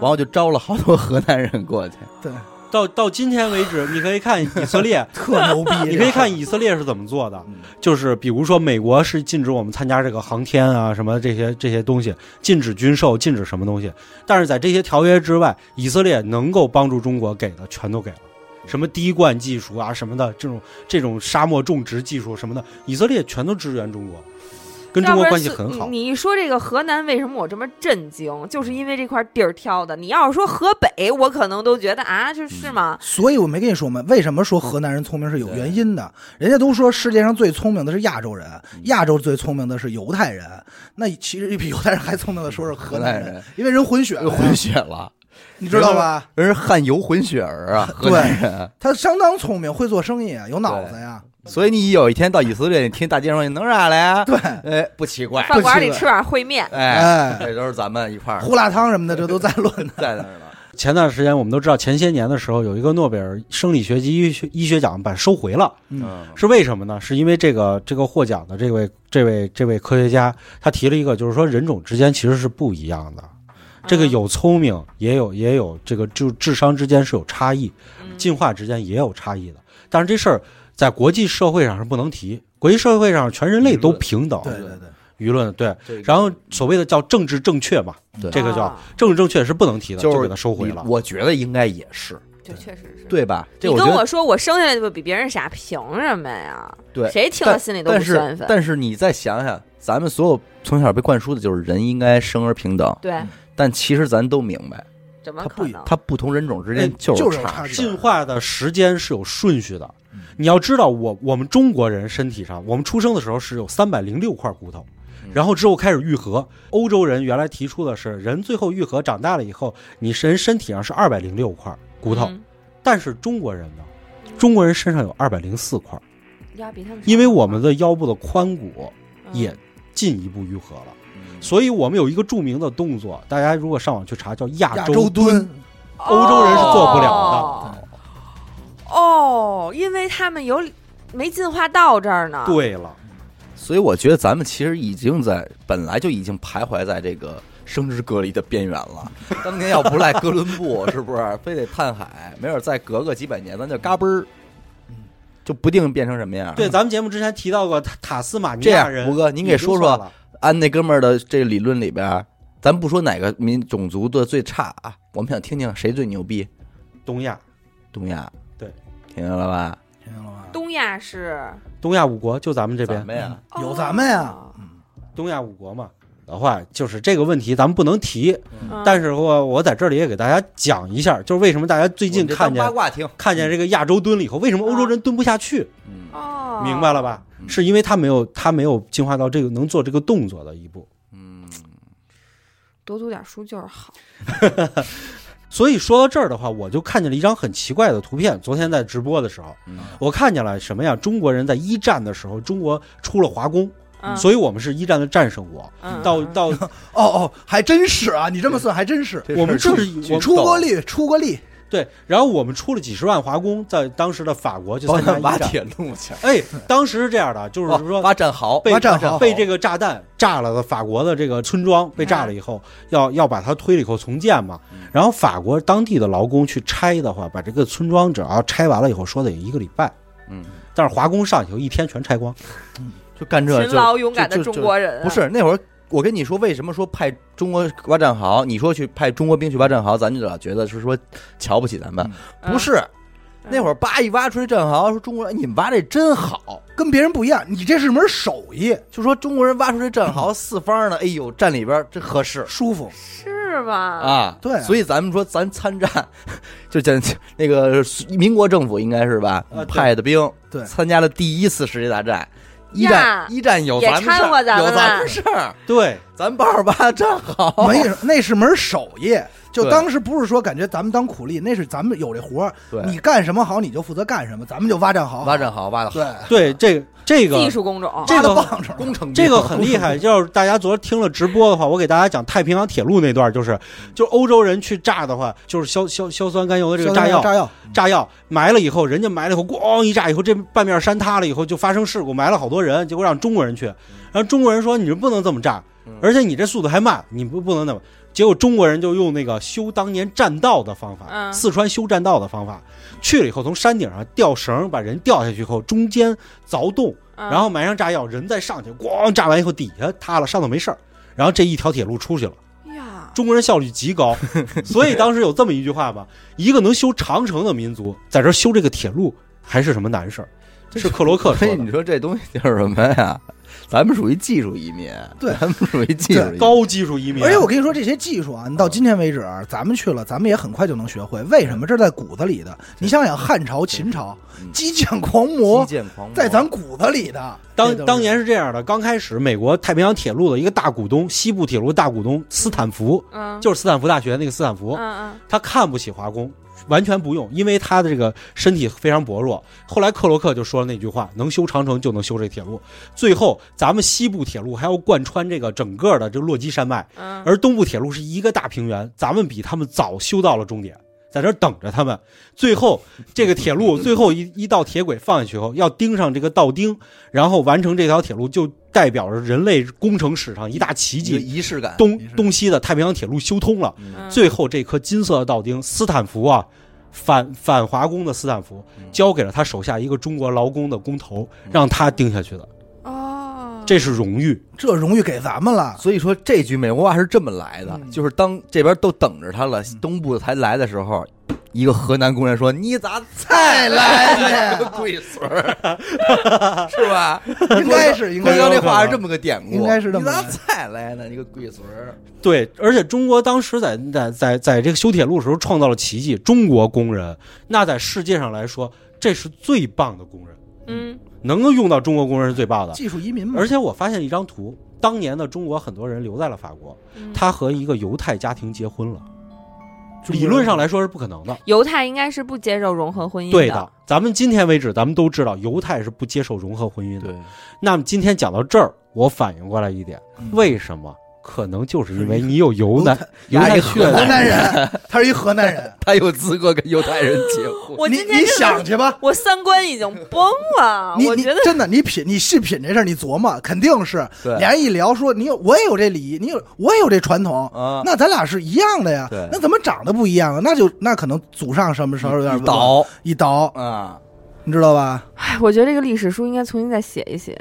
完我就招了好多 (laughs) 河南人过去，
对，，
到到今天为止，你可以看以色列，
特牛逼
(laughs) 你可以看以色列是怎么做的，
嗯
就是比如说美国是禁止我们参加这个航天啊什么这些这些东西，禁止军售，禁止什么东西，但是在这些条约之外，以色列能够帮助中国给的全都给了。什么滴灌技术啊，什么的这种这种沙漠种植技术什么的，以色列全都支援中国，跟中
要不
国
然
关系
是嗯
很好。
你你一说这个河南，为什么我这么震惊？就是因为这块地儿挑的。你要是说河北，我可能都觉得啊，这
嗯
是吗？
所以我没跟你说吗？为什么说河南人聪明是有原因的？人家都说世界上最聪明的是亚洲人，亚洲最聪明的是犹太人。那其实比犹太人还聪明的说是河南
河南
人
人，
因为人混血嘛，
又 (laughs) 混血了，
你知道吧？
人是汉游混血儿啊，河
对
南人。
他相当聪明，会做生意啊，有脑子呀。
所以你有一天到以色列，你听大街上说你弄啥来啊？
对，
哎，不奇怪，
饭馆里
不奇
吃碗烩面，
哎，
哎，
这都是咱们一块儿
(laughs)
胡辣汤什么的，这都在论的。
在那儿了。
前段时间我们都知道，前些年的时候有一个诺贝尔生理学及医学医学奖把它收回了，
嗯，
是为什么呢？是因为这个这个获奖的这位这位这位科学家，他提了一个，就是说人种之间其实是不一样的，这个有聪明，也有也有这个就智商之间是有差异，
嗯
进化之间也有差异的。但是这事儿在国际社会上是不能提，国际社会上全人类都平等，
对对对，
舆论对，然后所谓的叫政治正确嘛，
对
这个叫
啊
政治正确是不能提的，
就是
给他收回了。
我觉得应该也是，
这确实是。
对吧？这
你
觉
跟
得
我说我生下来就比别人傻，凭什么呀？
对
谁听了
但
心里都
但
不
是
酸愤。
但是你再想想，咱们所有从小被灌输的就是人应该生而平等，
嗯
对，
但其实咱都明白，
怎么
他
可
不
能？
它不同人种之
哎
间就
就是是
差
差
距。
距
进化的时间是有顺序的
嗯。
你要知道我，我们中国人身体上，我们出生的时候是有三百零六块骨头
嗯，
然后之后开始愈合。欧洲人原来提出的是，人最后愈合，长大了以后，你人身体上是二百零六块骨头，
嗯
但是中国人呢，中国人身上有二百零四块，
呀比他们
因为我们的腰部的髋骨
嗯
也进一步愈合了。
嗯
所以我们有一个著名的动作，大家如果上网去查，叫亚
亚
洲
洲
蹲
蹲。，
欧洲人是做不了
的。哦，因为他们有没进化到这儿呢。，
对了，
所以我觉得咱们其实已经在本来就已经徘徊在这个生殖隔离的边缘了。当年要不赖哥伦布，是不是非得探海？没准再隔个几百年，咱就嘎嘣儿
嗯，
就不定变成什么样。 (laughs)
对，，咱们节目之前提到过塔塔斯马尼
这
亚
样
人，
胡哥您给
已经
说说
算了
按那哥们儿的这理论里边儿，咱不说哪个民种族的最差啊，我们想听听谁最牛逼。
东亚，
东亚，
对，
听见了吧？
听见了吗？
东亚是
东亚五国就咱们这边
咱，们呀，
有咱们呀
哦
东亚五国嘛。的话，就是这个问题咱们不能提，
嗯
但是我我在这里也给大家讲一下，就是为什么大家
最
最近看见
八卦听，
看见这个亚洲蹲了以后，为什么欧洲人蹲不下去？
嗯，
啊
哦，
明白了吧？
嗯
是因为他没有他没有进化到这个能做这个动作的一步。
多读点书就是好。
所以说到这儿的话，我就看见了一张很奇怪的图片。昨天在直播的时候，
嗯
我看见了什么呀？中国人在一战的时候，中国出了华工，
嗯，
所以我们是一战的战胜国。
嗯
到
嗯 (laughs)
到
哦哦，还真是啊！你这么算还真是，
我们
这
就
事儿
是
巨
我
巨
出
逗
过力，出过力，
对，然后我们出了几十万华工，在当时的法国去
帮
参加
他 (laughs) 挖
一战。
铁路去，
哎，当时是这样的，就是
哦
说
挖战壕，
被
挖战壕
被这个炸弹炸了的法国的这个村庄被炸了以后，要要把它推了以后重建嘛
嗯。
然后法国当地的劳工去拆的话，把这个村庄只要拆完了以后，说得有一个礼拜。
嗯，
但是华工上去以后一天全拆光，
就干这
勤
就
劳勇敢的
就就
中国人啊，
不是那会儿。我跟你说，为什么说派中国挖战壕？你说去派中国兵去挖战壕，咱就老觉得是说瞧不起咱们，
嗯
不是，那会儿叭一挖出来战壕，说中国人你们挖这真好，
跟别人不一样，你这是门手艺，
就说中国人挖出这战壕四方的，哎呦站里边儿真合适
舒服。
是吧？
啊。
对啊
所以咱们说咱参战， (laughs) 就讲那个民国政府应该是吧
啊对
派的兵，
对
参加了第一次世界大战。一
呀
战一战有
也
咱们事
掺和
儿，
咱
有
们
咱
了
们事儿，
对，
咱八二八战壕，
没有，那是门手艺。就
哦对
当时不是说感觉咱们当苦力，那是咱们有这活儿
对，
你干什么好你就负责干什么，咱们就挖战壕。
挖战壕挖的好，
哦
(laughs)
对，
对，这个这个
技术工种，
这
挖
个
的棒槌儿。
工程
这个很
(laughs)
厉害，要是大家昨儿听了直播的话，我给大家讲太平洋铁路那段，就是就是欧洲人去炸的话，就是硝硝硝酸甘油的这个炸药，
炸药，
炸药埋了以后，人家埋了以后，咣一炸以后，这半面山塌了以后就发生事故，埋了好多人，结果让中国人去，然后中国人说你们不能这么炸
嗯，
而且你这速度还慢，你不不能那么。结果中国人就用那个修当年栈道的方法，
嗯
四川修栈道的方法，去了以后从山顶上吊绳把人吊下去以后，中间凿洞，
嗯
然后埋上炸药，人再上去，咣炸完以后底下塌了，上头没事儿，然后这一条铁路出去了。
呀，
中国人效率极高，所以当时有这么一句话吧：一个能修长城的民族，在这儿修这个铁路还是什么难事儿？是克罗克
所以
说的，
你说这东西就是什么呀？咱们属于技术移民，
对
咱们属于技术移民
高技术移民。啊
而且我跟你说，这些技术啊，你到
嗯
今天为止，咱们去了，咱们也很快就能学会。为什么？这是在骨子里的。你想想，汉朝、秦朝
嗯，
激将狂魔
基，建狂魔
在咱骨子里的。
当
这都是
当年是这样的，刚开始美国太平洋铁路的一个大股东，西部铁路大股东斯坦福，
嗯，
就是斯坦福大学那个斯坦福，
嗯嗯
他看不起华工，完全不用，因为他的这个身体非常薄弱。后来克罗克就说了那句话：“能修长城就能修这铁路。”最后，咱们西部铁路还要贯穿这个整个的这个落基山脉，
嗯，
而东部铁路是一个大平原，咱们比他们早修到了终点，在这儿等着他们。最后，这个铁路最后一一道铁轨放下去后，要钉上这个道钉，然后完成这条铁路，就代表着人类工程史上一大奇
一个
迹。
仪式感，
东
仪式
东西的太平洋铁路修通了，
嗯
嗯
最后这颗金色的道钉，斯坦福啊，反反华工的斯坦福
嗯
交给了他手下一个中国劳工的工头，让他钉下去的，
哦，
这是荣誉。
这荣誉给咱们了，
所以说这句美国话是这么来的，就是当这边都等着他了，东部才来的时候，一个河南工人说：“你咋才来呢？龟孙儿， (laughs) 是吧？
应该是应
郭
该
刚
是
这话是这么个典故，
应该是这
你
么
咋
来
才来呢？你个龟孙儿，
对，而且中国当时在在在在这个修铁路的时候创造了奇迹，中国工人那在世界上来说，这是最棒的工人，
嗯
能够用到中国工人是最棒的。
技术移民嘛
而。且我发现一张图，当年的中国很多人留在了法国，
嗯
他和一个犹太家庭结婚了，
中国人
理论上来说是不可能的。
犹太应该是不接受融合婚姻
对的，咱们今天为止，咱们都知道犹太是不接受融合婚姻的。那么今天讲到这儿，我反应过来一点，
嗯
为什么？可能就是因为你有犹
太
太犹太血
河
统，
南人，他是一河南
(laughs)
人。
他有资格跟犹太人结婚。”
我
你
今天
你
真的
想去吧，
我三观已经崩
啊
了，
(laughs) 你
我
你
觉得
真的，你品你细品这事儿，你琢磨肯定是。
对
俩人一聊说，你有我也有这礼仪，你有我也有这传统，
啊，
那咱俩是一样的呀
对。
那怎么长得不一样啊？那就那可能祖上什么时候有点
一
问题
倒
一倒，
啊，
你知道吧？
哎，我觉得这个历史书应该重新再写一写。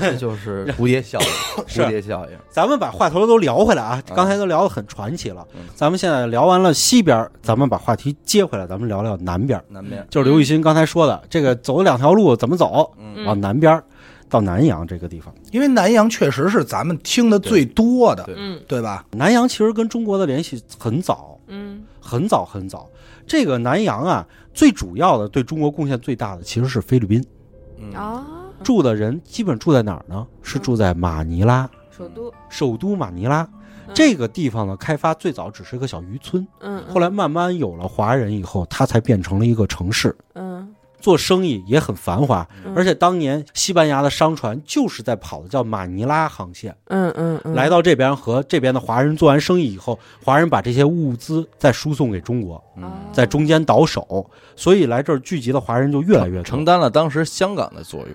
这就是蝴蝶效应，
是
蝴蝶效应。
咱们把话头都聊回来啊，
嗯
刚才都聊得很传奇了
嗯。
咱们现在聊完了西边儿，咱们把话题接回来，咱们聊聊南边儿。
南边，
就是刘雨欣刚才说的，这个走两条路怎么走，
嗯
往南边儿到南阳这个地方。
因为南洋确实是咱们听的最多的
对，
嗯
对吧？
南阳其实跟中国的联系很早，
嗯
很早很早。这个南洋啊，最主要的对中国贡献最大的其实是菲律宾，
嗯，
啊，
住的人基本住在哪儿呢？是住在马尼拉，
首都
首都马尼拉。这个地方的开发最早只是个小渔村，
嗯，
后来慢慢有了华人以后，它才变成了一个城市，
嗯，
做生意也很繁华。
嗯
而且当年西班牙的商船就是在跑的叫马尼拉航线，
嗯嗯嗯
来到这边和这边的华人做完生意以后，华人把这些物资再输送给中国，
嗯
在中间倒手，所以来这儿聚集的华人就越来越多
承。担了当时香港的作用。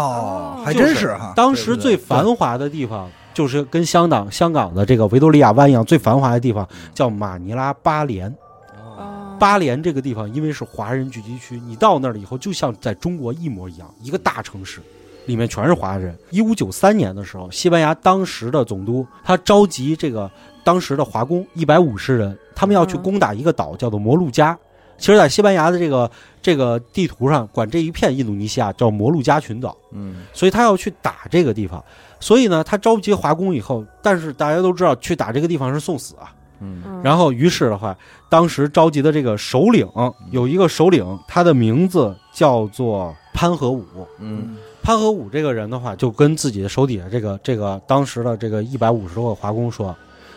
哦
哦，
还真
就是
哈。
当时最繁华的地方，就是跟香港香港的这个维多利亚湾一样，最繁华的地方叫马尼拉巴连。
哦
巴连这个地方因为是华人聚集区，你到那儿了以后，就像在中国一模一样，一个大城市，里面全是华人。一五九三年的时候，西班牙当时的总督他召集这个当时的华工一百五十人，他们要去攻打一个岛，叫做摩鹿加。其实，在西班牙的这个这个地图上，管这一片印度尼西亚叫摩鹿加群岛，
嗯，
所以他要去打这个地方。所以呢，他召集华工以后，但是大家都知道，去打这个地方是送死啊。
嗯
嗯
然后，于是的话，当时召集的这个首领
嗯
有一个首领，他的名字叫做潘和武。
嗯
潘和武这个人的话，就跟自己的手底下这个这个当时的这个一百五十多个华工说：“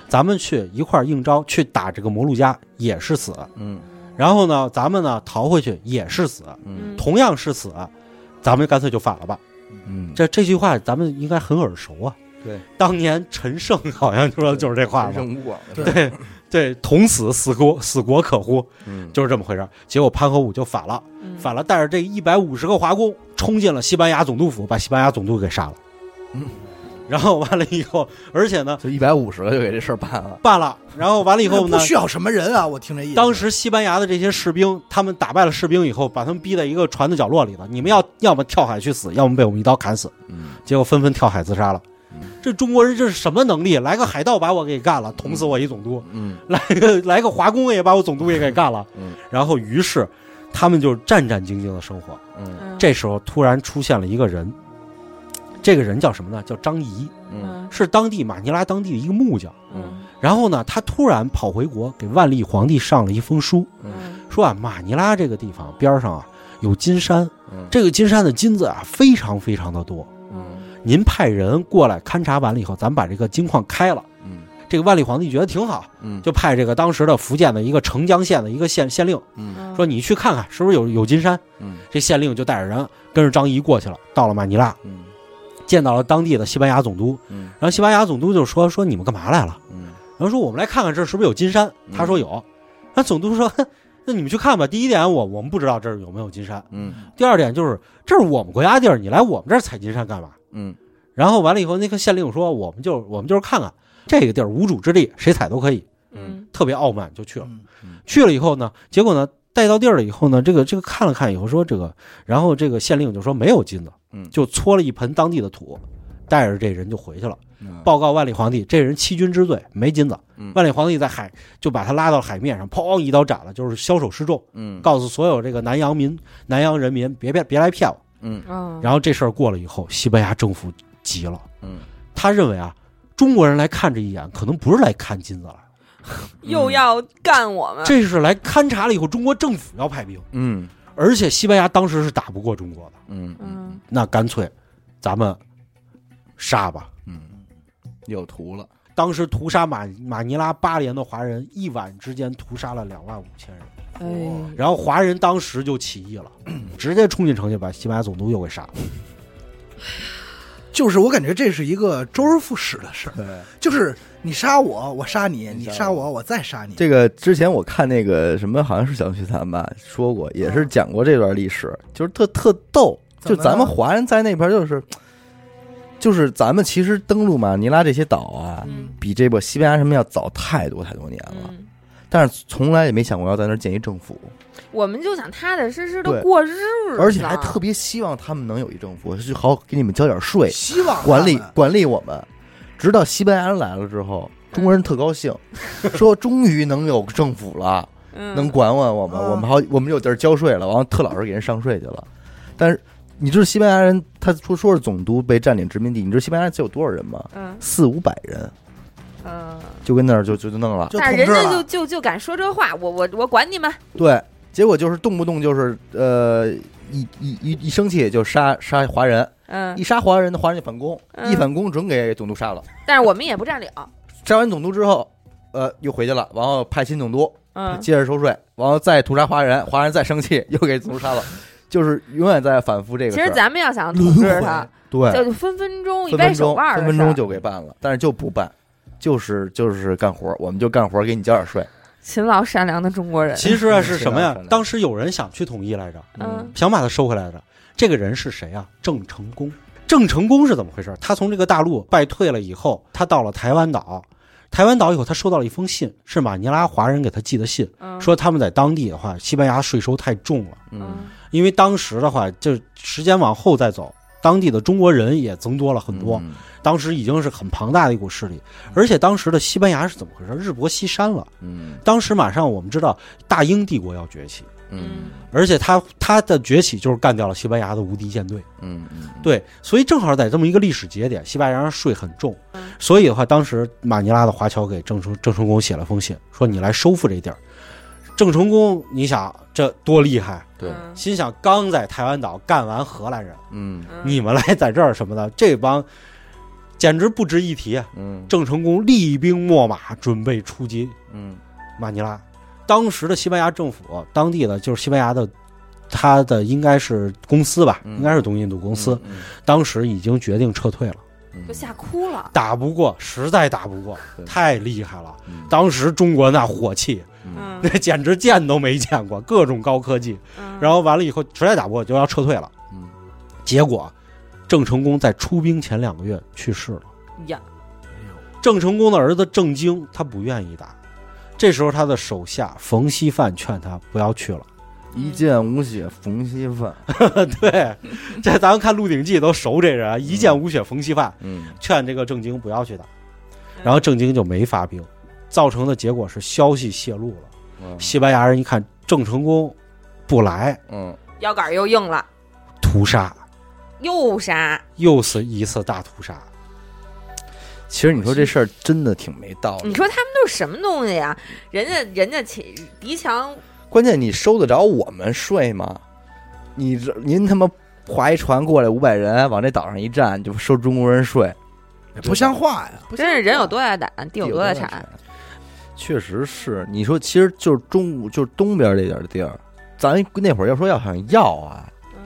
咱们去一块儿应招去打这个摩鹿加也是死，
嗯
然后呢，咱们呢逃回去也是死，
嗯
同样是死，咱们干脆就反了吧。”
嗯，
这这句话咱们应该很耳熟啊。
对，
当年陈胜好像说的就是这话嘛。
胜吴广的
对
对对，同死，死国死国可乎，
嗯
就是这么回事儿。结果潘和武就反了，
嗯
反了，带着这一百五十个华工冲进了西班牙总督府，把西班牙总督给杀了。
嗯，
(laughs) 然后完了以后，而且呢，
就一百五十个就给这事儿办了。
办了，然后完了以后
不
呢，
需要什么人啊，我听这意思。
当时西班牙的这些士兵，他们打败了士兵以后，把他们逼在一个船的角落里了。你们要要么跳海去死，要么被我们一刀砍死。
嗯
结果纷纷跳海自杀了
嗯。
这中国人这是什么能力？来个海盗把我给干了，捅死我一总督；
嗯
(laughs) 来个来个华工也把我总督也给干了。
嗯
然后于是他们就战战兢兢的生活。
嗯
嗯
这时候突然出现了一个人，这个人叫什么呢？叫张仪，
嗯
是当地马尼拉当地的一个木匠。
嗯
然后呢，他突然跑回国，给万历皇帝上了一封书，
嗯
说啊，马尼拉这个地方边上啊有金山，
嗯
这个金山的金子啊非常非常的多。
嗯
您派人过来勘察完了以后，咱们把这个金矿开了。
嗯
这个万历皇帝觉得挺好，
嗯
就派这个当时的福建的一个澄江县的一个县县令
嗯
嗯
说：“你去看看是不是有有金山。
嗯”
这县令就带着人跟着张仪过去了，到了马尼拉，
嗯
见到了当地的西班牙总督。
嗯
然后西班牙总督就说：“说你们干嘛来了？”
嗯
然后说：“我们来看看这儿是不是有金山。”他说有。那总督说哼：“那你们去看吧。第一点，我我们不知道这儿有没有金山；
嗯
第二点就是这是我们国家地儿，你来我们这儿采金山干嘛？”
嗯
然后完了以后，那个县令说：“我们就我们就是看看这个地儿无主之地，谁采都可以。
嗯”
特别傲慢，就去了。
嗯
去了以后呢，结果呢，带到地儿了以后呢，这个这个看了看以后说这个，然后这个县令就说没有金子，
嗯
就搓了一盆当地的土，带着这人就回去了，
嗯，
报告万历皇帝，这人欺君之罪，没金子
嗯。
万历皇帝在海就把他拉到海面上，砰一刀斩了，就是枭首示众，
嗯
告诉所有这个南洋民南洋人民别别别来骗我。
嗯
嗯，
然后这事儿过了以后，西班牙政府急了。
嗯
他认为啊，中国人来看这一眼，可能不是来看金子了，
又要干我们，
这是来勘察了以后，中国政府要派兵，
嗯
而且西班牙当时是打不过中国的，
嗯
嗯
那干脆咱们杀吧。
嗯
有图了，
当时屠杀马马尼拉八连的华人，一晚之间屠杀了两万五千人，
哎
然后华人当时就起义了，直接冲进城去把西班牙总督又给杀了。
就是我感觉这是一个周而复始的事儿，
对。
就是你杀我，我杀你，
你
你
杀
杀
我
我，我再杀你。
这个之前我看那个什么，好像是小学堂吧，说过也是讲过这段历史，就是特特逗，
怎
就
么
咱们
了
华人在那边就是，就是咱们其实登陆马尼拉这些岛啊，
嗯
比这个西班牙什么要早太多太多年了，
嗯，
但是从来也没想过要在那儿建一政府，
我们就想踏踏实实的
对
过日
啊
子，啊
而且还特别希望他们能有一政府，就好给你们交点税，
希望
管理
他们
管理我们。直到西班牙人来了之后，中国人特高
(laughs)
兴，说终于能有政府了。能
能
管管我们，
啊
嗯
我们好，我们有地儿交税了，完了特老实给人上税去了。但是你知道西班牙人，他说说是总督被占领殖民地，你知道西班牙人只有多少人吗？
嗯
四五百人
嗯，
就跟那儿就就就弄了，
就
但
统
是人
治
家就
了，
就就敢说这话，我我我管你们，
对，结果就是动不动就是呃一一一一生气就杀杀华人，
嗯
一，杀华人，华人就反攻，
嗯
一反攻准给总督杀了，
但是我们也不占领，
杀完总督之后。呃，又回去了，然后派新总督
嗯
接着收税，然后再屠杀华人，华人再生气，又给总督杀了，就是永远在反复这个
其
事儿。
实咱们要想统治他，
对，
就分分钟一
分
掰
分
手
钟
腕儿
分
的
分
事
钟
儿。
就给办了，但是就不办，就是就是干活儿，我们就干活儿，给你交点税。
勤劳善良的中国人，
其实啊 (laughs) 是什么呀
嗯？
当时有人想去统一来着，
嗯
想把他收回来的。这个人是谁啊？郑成功。郑成功是怎么回事？他从这个大陆败退了以后，他到了台湾岛。台湾岛以后，他收到了一封信，是马尼拉华人给他寄的信，
嗯
说他们在当地的话，西班牙税收太重了，
嗯
嗯
因为当时的话，就时间往后再走，当地的中国人也增多了很多。
嗯
当时已经是很庞大的一股势力，而且当时的西班牙是怎么回事？日薄西山了。
嗯
当时马上我们知道大英帝国要崛起，
嗯
而且它它的崛起就是干掉了西班牙的无敌舰队。
嗯嗯，
对，所以正好在这么一个历史节点，西班牙人税很重，所以的话，当时马尼拉的华侨给郑成郑成功写了封信，说你来收复这地儿。郑成功，你想这多厉害，
对，
嗯
心想刚在台湾岛干完荷兰人，
嗯
嗯
你们来在这儿什么的，这帮简直不值一提啊！
嗯
郑成功厉兵秣马，准备出击
嗯
马尼拉。当时的西班牙政府，当地的就是西班牙的，他的应该是公司吧，
嗯
应该是东印度公司，
嗯
当时已经决定撤退了。
嗯
就吓哭了。
打不过，实在打不过
对，
太厉害了。
嗯
当时中国那火气，
嗯
嗯
那简直见都没见过，各种高科技。
嗯，
然后完了以后，实在打不过就要撤退了。
嗯
结果，郑成功在出兵前两个月去世了。
呀，
郑成功的儿子郑经他不愿意打，这时候他的手下冯锡范劝他不要去了。
一见无血冯稀饭，
(laughs) 对，这咱们看《鹿鼎记》都熟这人，啊一见无血冯锡范
嗯
劝这个郑经不要去打，然后郑经就没发兵，造成的结果是消息泄露了。西班牙人一看郑成功不来，
嗯
腰杆儿又硬了，
屠杀，
又杀。
又是一次大屠杀。
其实你说这事儿真的挺没道理。
你说他们都是什么东西呀？人家人家起敌强，
关键你收得着我们税吗？你这您他妈划一船过来五百人往这岛上一站，就收中国人税，
不像话呀！不像
真
话
是人有多大胆，地有多大
地
产。。
确实是，你说其实就是中午，就是东边这点地儿，咱那会儿要说要想要啊，
嗯，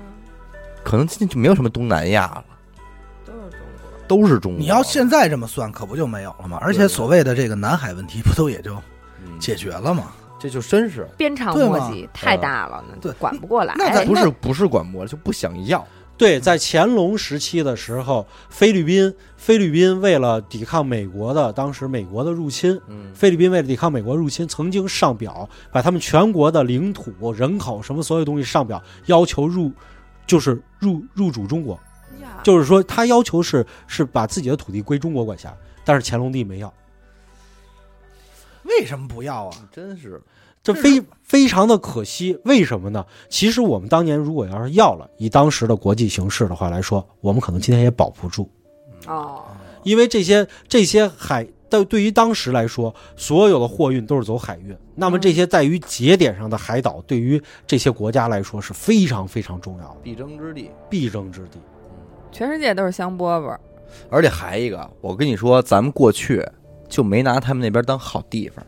可能今天就没有什么东南亚了，
都是中国。
都是中国。
你要现在这么算，可不就没有了吗？而且所谓的这个南海问题，不都也就
嗯
解决了吗？
这就真是
鞭长
对
莫
嘛
及，太大了，那
对
管不过来。
哎那咱
不是不是管不过来，就不想要。
对，在乾隆时期的时候，菲律宾菲律宾为了抵抗美国的当时美国的入侵，
嗯
菲律宾为了抵抗美国入侵，曾经上表把他们全国的领土、人口什么所有东西上表，要求入，就是入入主中国，
哎呀
就是说他要求是是把自己的土地归中国管辖，但是乾隆帝没要。
为什么不要啊？
真是，
这非非常的可惜，为什么呢？其实我们当年如果要是要了，以当时的国际形势的话来说，我们可能今天也保不住，
哦，
因为这些这些海，但对于当时来说，所有的货运都是走海运，那么
嗯
这些在于节点上的海岛，对于这些国家来说是非常非常重要的
必争之地。
必争之地。
全世界都是香饽饽。
而且还一个，我跟你说，咱们过去就没拿他们那边当好地方，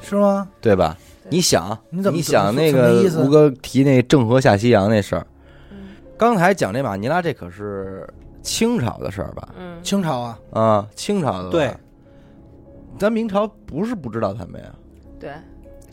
是吗？
对吧？
对
你想，
你怎么
想
怎么
那
什
个
么意思
吴哥提那郑和下西洋那事儿，
嗯
刚才讲这马尼拉，这可是清朝的事儿吧？
嗯，
清朝啊，
啊，清朝的吧
对，
咱明朝不是不知道他们呀，
对，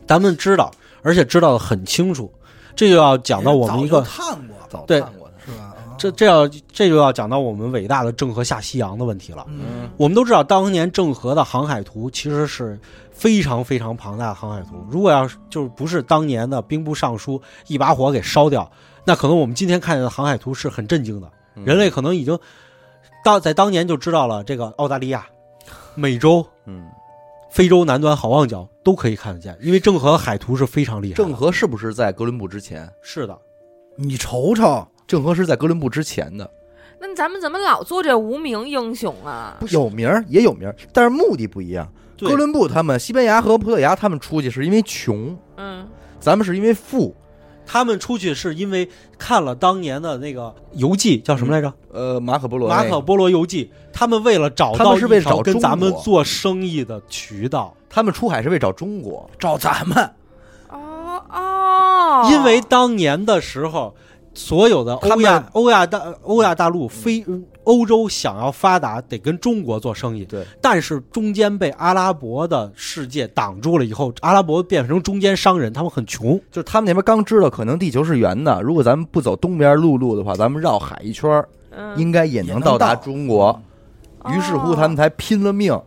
咱们知道，而且知道的很清楚，这就要讲到我们一
早
个
就看过
早
对
看过他。
是吧？啊
这这要这就要讲到我们伟大的郑和下西洋的问题了。
嗯，
我们都知道，当年郑和的航海图其实是非常非常庞大的航海图。如果要是就是不是当年的兵部尚书一把火给烧掉，那可能我们今天看见的航海图是很震惊的。
嗯
人类，可能已经当在当年就知道了这个澳大利亚、美洲、
嗯，
非洲南端好望角都可以看得见，因为郑和的海图是非常厉害的。
郑和是不是在哥伦布之前？
是的，
你瞅瞅，
郑和是在哥伦布之前的，
那咱们怎么老做这无名英雄啊？
有名儿也有名儿，但是目的不一样。
对
哥伦布他们、西班牙和葡萄牙他们出去是因为穷，
嗯，
咱们是因为富。
他们出去是因为看了当年的那个游记，叫什么来着？
呃，马可波罗那
马
个，
可波罗游记，他们为了找
他
到
们是为了
一条
找
跟
中
咱们
国
做生意的渠道，
他们出海是为找中国。
找咱们
哦哦，
因为当年的时候，所有的
他
欧
们嗯
亚欧亚大欧亚大陆非欧洲想要发达，得跟中国做生意，
对，
但是中间被阿拉伯的世界挡住了以后，阿拉伯变成中间商人，他们很穷，
就是他们那边刚知道可能地球是圆的，如果咱们不走东边陆路的话，咱们绕海一圈儿，
嗯
应该也
也
能
能
到达
到
中国。于是乎，他们才拼了命，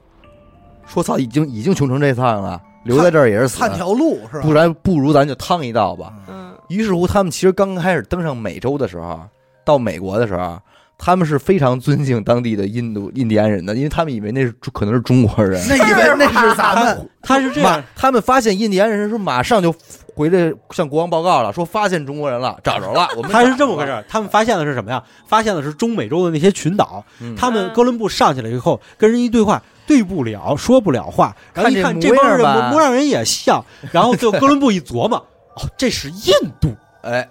说操，已经已经穷成这样了，留在这儿也是死，
探条路是吧？
不然不如咱就趟一道吧。
嗯
于是乎，他们其实刚开始登上美洲的时候，到美国的时候，他们是非常尊敬当地的印度印第安人的，因为他们以为那是可能是中国人。
那以为那是咱们，
他是这
马
样，
他们发现印第安人的时候，马上就回来向国王报告了，说发现中国人了，找着了。 (laughs) 我们
(laughs) 他是这么回事儿。他们发现的是什么呀？发现的是中美洲的那些群岛。
嗯
他们
嗯
哥伦布上去了以后，跟人一对话，对不了，说不了话。然后一看
看这
这帮人
模样吧
模模样人也像，然后最后哥伦布一琢磨，哦，这是印度，
哎，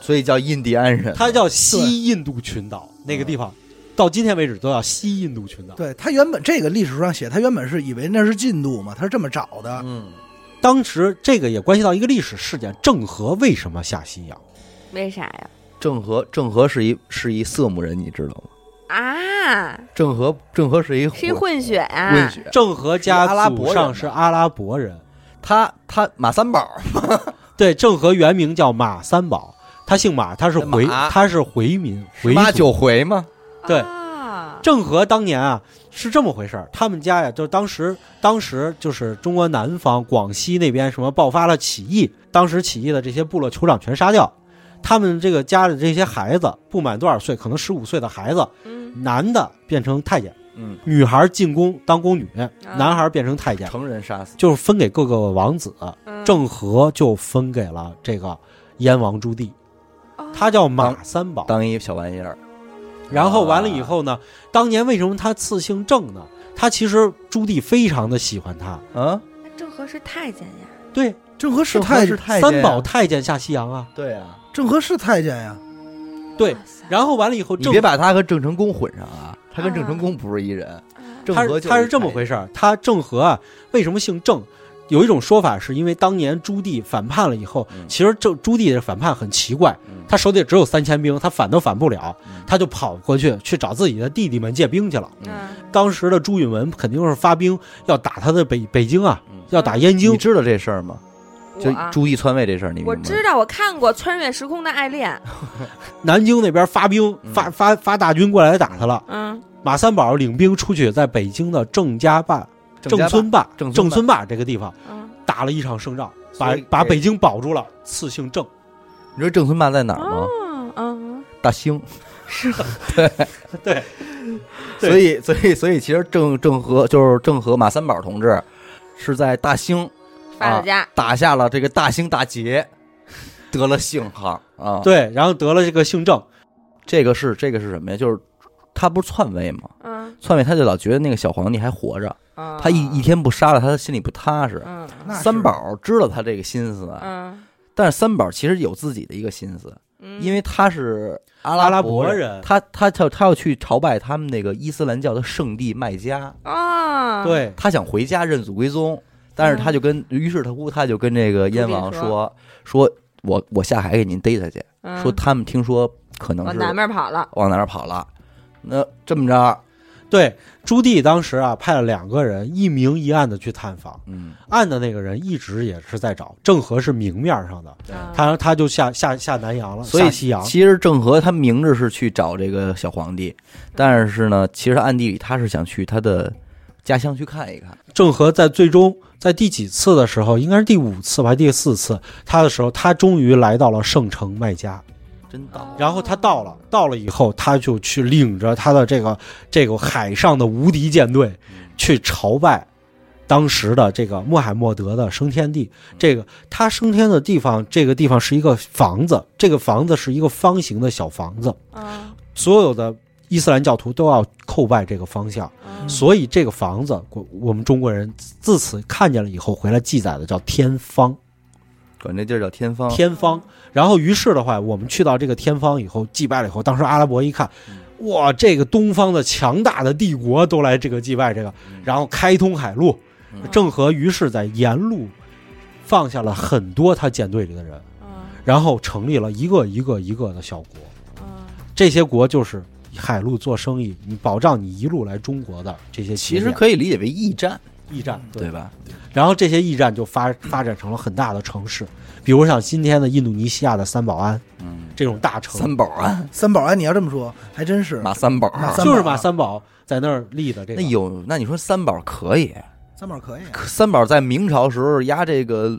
所以叫印第安人。
它叫西印度群岛那个地方，到今天为止都叫西印度群岛。
对他原本这个历史书上写，他原本是以为那是印度嘛，他是这么找的。
嗯，
当时这个也关系到一个历史事件，郑和为什么下西洋？
为啥呀？
郑和郑和是一是一色目人，你知道吗？
啊，
郑和郑和是一
是一混血啊！
混血，
郑和
是阿
家
拉伯人
祖上是阿拉伯人，
他他马三宝
对，郑和原名叫马三宝，他姓马，他是回
马
他是回民回
八
族。
九回吗？
对
啊
郑和当年啊是这么回事儿，他们家呀，就当时当时就是中国南方广西那边什么爆发了起义，当时起义的这些部落酋长全杀掉，他们这个家里这些孩子不满多少岁，可能十五岁的孩子，
嗯
男的变成太监，
嗯，
女孩进宫当宫女，男孩变成太监，
成人杀死。
就是分给各个王子。
嗯
郑和就分给了这个燕王朱棣，
哦
他叫马三宝。
当一小玩意儿，
然后完了以后呢，当年为什么他赐姓郑呢？他其实朱棣非常的喜欢他，
啊，
那郑和是太监呀，
对，
郑和是
郑和
太
是太监啊
三宝
呀
太监下西洋啊，
对啊，
郑和是太监呀，
对
哇塞。
然后完了以后，
你
郑
别把他和郑成功混上啊，他跟郑成功不是一人。
啊
郑
他
和
是
就
他是这么回
事，
事儿，他郑和啊，为什么姓郑？有一种说法是因为当年朱棣反叛了以后，
嗯
其实郑朱棣的反叛很奇怪
嗯，
他手底下只有三千兵，他反都反不了
嗯，
他就跑过去去找自己的弟弟们借兵去了。
嗯
当时的朱允炆肯定是发兵要打他的北北京啊
嗯，
要打燕
你
京。
知道这事儿吗？就
我啊
朱棣篡位这事儿，你明白
我
吗
知道，我看过《穿越时空的爱恋》。
南京那边发兵
嗯
发发发大军过来打他了。
嗯
(laughs)
马三宝领兵出去，在北京的郑家坝、
郑家坝
村坝、
郑村
郑
坝
村坝这个地方
嗯，
打了一场胜仗，把
所以啊
把
给
北京保住了，赐姓郑。
你知道郑村坝在哪儿吗？
哦嗯
大兴。 (laughs)
(laughs) 对，对
所以，所以，所以，其实郑郑和就是郑和马三宝同志是在大兴
发到家，
打下了这个啊大兴大捷，得了姓号啊。，
对，然后得了这个姓郑，
这个是这个是什么呀？就是他不是篡位吗？
嗯，
篡位他就老觉得那个小皇帝还活着，他
他
一一，天不杀了他，心里不踏实。
啊嗯
那是
三宝知道他这个心思，
嗯
但是三宝其实有自己的一个心思，
嗯，
因为他是阿
阿拉
伯
伯人。
他他要他要去朝拜他们那个伊斯兰教的圣地麦加，
啊，
对，
他想回家认祖归宗，但是他就跟、于是他乎他就跟这个燕王
朱棣
说说，我我下海给您逮他去，
嗯
说他们听说可能
往
是
南边跑了，
往哪儿跑了，那这么着，
对，朱棣当时啊派了两个人，一明一暗的去探访，
嗯，
暗的那个人一直也是在找郑和是明面上的，
啊
他他就下下下南洋了，
所以
下西洋。
嗯其实郑和他明着是去找这个小皇帝，但是呢，其实暗地里他是想去他的家乡去看一看，
郑和在最终在第几次的时候，应该是第五次吧，还是第四次，他的时候，他终于来到了圣城麦加。
真到
然后他到了，到了以后，他就去领着他的这个这个海上的无敌舰队
嗯，
去朝拜当时的这个穆罕默德的升天地。这个他升天的地方，这个地方是一个房子，这个房子是一个方形的小房子，
啊，
所有的伊斯兰教徒都要叩拜这个方向。
嗯
所以这个房子，我我们中国人自此看见了以后，回来记载的叫天方，
管这地儿叫天方，
天方。然后于是的话，我们去到这个天方以后，祭拜了以后，当时阿拉伯一看，
嗯
哇，这个东方的强大的帝国都来这个祭拜这个，然后开通海路
嗯。
郑和于是在沿路放下了很多他舰队里的人，
嗯
然后成立了一个一个一个的小国。
嗯
这些国就是海路做生意，你保障你一路来中国的这些企
其
业
实可以理解为驿站，
驿站，
对吧？
然后这些驿站就发发展成了很大的城市，比如像今天的印度尼西亚的三宝庵
嗯，
这种大城，
三宝啊，
三宝啊，你要这么说，还真是
马三宝啊，
马三宝
就是马三宝在那儿立的这
那
个。
有那你说三宝可以，
三宝可以啊，
可三宝在明朝时候压这个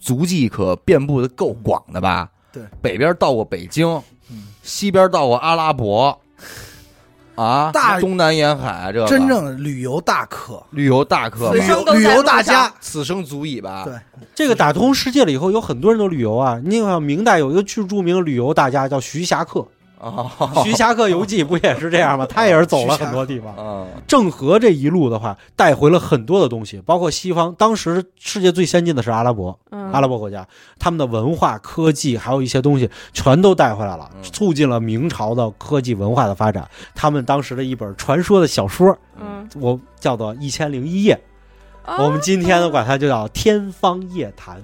足迹可遍布的够广的吧？
对，嗯
北边到过北京，西边到过阿拉伯，啊，
大
东南沿海这个
真正旅游大客，
旅游大客吧
此
旅，游
生都在
旅游大
路
家，
此生足矣吧？
对
这个打通世界了以后，有很多人都旅游啊。你看明代有一个巨著名的旅游大家叫徐霞客，
啊，
徐霞客游记》不也是这样吗？
哦
他也是走了很多地方。
(laughs) 嗯，
郑和这一路的话，带回了很多的东西，包括西方。当时世界最先进的是阿拉伯，
嗯
阿拉伯国家，他们的文化、科技，还有一些东西，全都带回来了
嗯，
促进了明朝的科技文化的发展。他们当时的一本传说的小说，
嗯，
我叫做《一千零一夜》，
哦
我们今天呢管它就叫《天方夜谭》。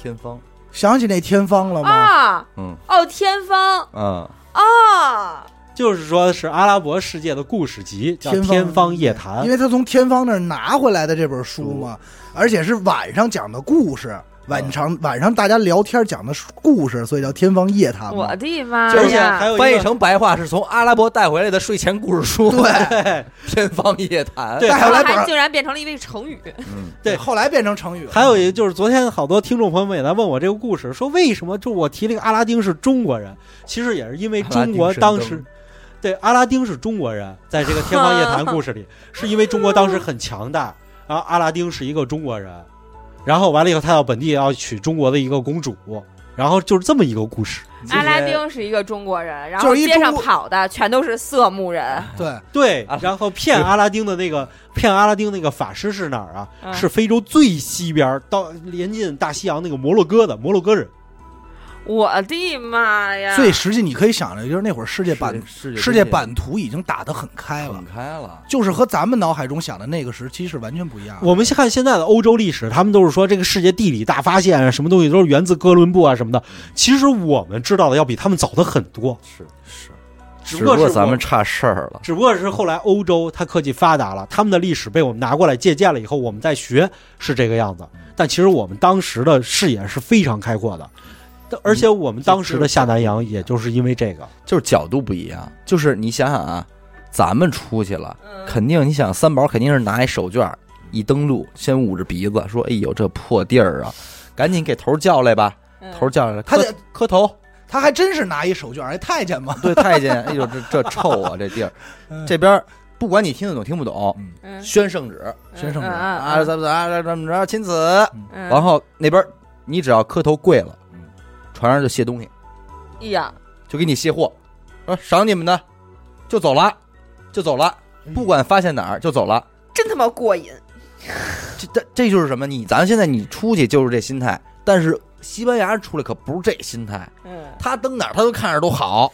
天方，
想起那天方了吗？
啊
嗯
哦天方
嗯，
啊，
就是说，是阿拉伯世界的故事集，叫
天
《
方
天方夜谭
因》。为他从天方那儿拿回来的这本书嘛，而且是晚上讲的故事，晚上晚上大家聊天讲的故事，所以叫天方夜谭嘛。
我的妈
而
而且还
哎呀！
有一个
翻
(laughs)
译成白话是从阿拉伯带回来的睡前故事书，
对，
(laughs) 天方夜谭，
对
带
然
回
后
来
还
本，
竟然变成了一位成语，
嗯，
对
后来变成成语了。
还有一个就是，昨天好多听众朋友们也在问我这个故事，说为什么就我提了一个阿拉丁是中国人，其实也是因为中国当时，对阿拉丁是中国人，在这个《天方夜谭》故事 (laughs) 里，是因为中国当时很强大，然后阿拉丁是一个中国人，然后完了以后他到本地要娶中国的一个公主，然后就是这么一个故事。
阿拉丁是一个中国人，然
就
后
是一
街上
中国
跑的全都是色目人，
对，
对
啊，
然后骗阿拉丁的那 (laughs) 个骗阿拉丁那个法师是哪儿啊？
嗯
是非洲最西边儿到临近大西洋那个摩洛哥的摩洛哥人。
我的妈呀！
所以实际你可以想着，就是那会儿世界版
世
世界版图已经打得很开了
很，开了，
就是和咱们脑海中想的那个时期是完全不一
啊
样的。
我们看现在的欧洲历史，他们都是说这个世界地理大发现啊，什么东西都是源自哥伦布啊什么的。其实我们知道的要比他们早的很多，
是是，
只
只
不
不
过是
过咱
我
们差事儿了，
只不过是后来欧洲它科技发达了，他们的历史被我们拿过来借鉴了以后，我们再学是这个样子。但其实我们当时的视野是非常开阔的，但而且我们当时的下南
嗯
洋也就是因为这个。
就是角度不一样，就是你想想啊，咱们出去了。
嗯
肯定，你想三宝肯定是拿一手绢儿一登录，先捂着鼻子说：“哎呦，这破地儿啊，赶紧给头儿叫来吧！”
嗯
头儿叫来了，
他
磕
得
磕头，
他还真是拿一手绢，哎，太监嘛，
对太监，哎呦，这这臭啊，这地儿，这边儿不管你听得懂听不懂，
嗯
宣圣旨
宣圣旨
啊，
啊，
怎么怎么怎么着，亲此，
嗯
然后那边儿你只要磕头跪了
嗯，
船上就卸东西，
哎呀，
就给你卸货，说赏你们的，就走了，就走了，不管发现哪儿就走了。
真他妈过瘾！
这这这就是什么？你咱现在你出去就是这心态，但是西班牙人出来可不是这心态，
嗯，
他登哪儿他都看着都好。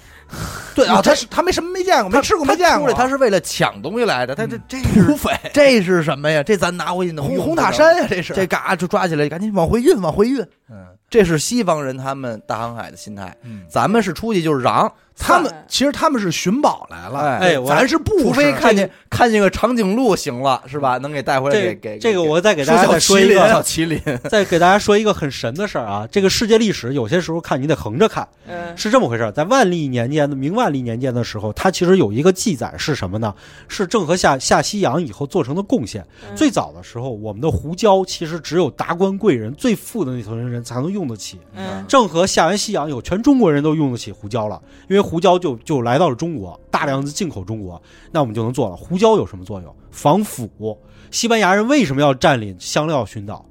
对啊，
你
他是他没什么没见过，没吃过没见
他出
过，
来他是为了抢东西来的，他这
嗯
这
土
是
匪，
这是什么呀？这咱拿回去能
红
用
红
得
塔
着
山呀，这是
这嘎就抓起来，赶紧往回运，往回运。
嗯
这是西方人他们大航海的心态，
嗯，
咱们是出去就是嚷，
他们其实他们是寻宝来了，
哎，
哎，我
咱是不
除
是
非看见看见个长颈鹿行了是吧？能给带回来给给
这这个我再给
给
大家再说一
说小
个，
麒麟，
(laughs) 再给大家说一个很神的事儿啊！这个世界历史有些时候看你得横着看，
嗯
是这么回事儿。在万历年间的明万历年间的时候，它其实有一个记载是什么呢？是郑和下下西洋以后做成的贡献。
嗯
最早的时候，我们的胡椒其实只有达官贵人、最富的那层人才能用得起。
嗯
郑和下完西洋以后，全中国人都用得起胡椒了，因为胡椒就就来到了中国，大量的进口中国，那我们就能做了。胡椒有什么作用？防腐。西班牙人为什么要占领香料群岛？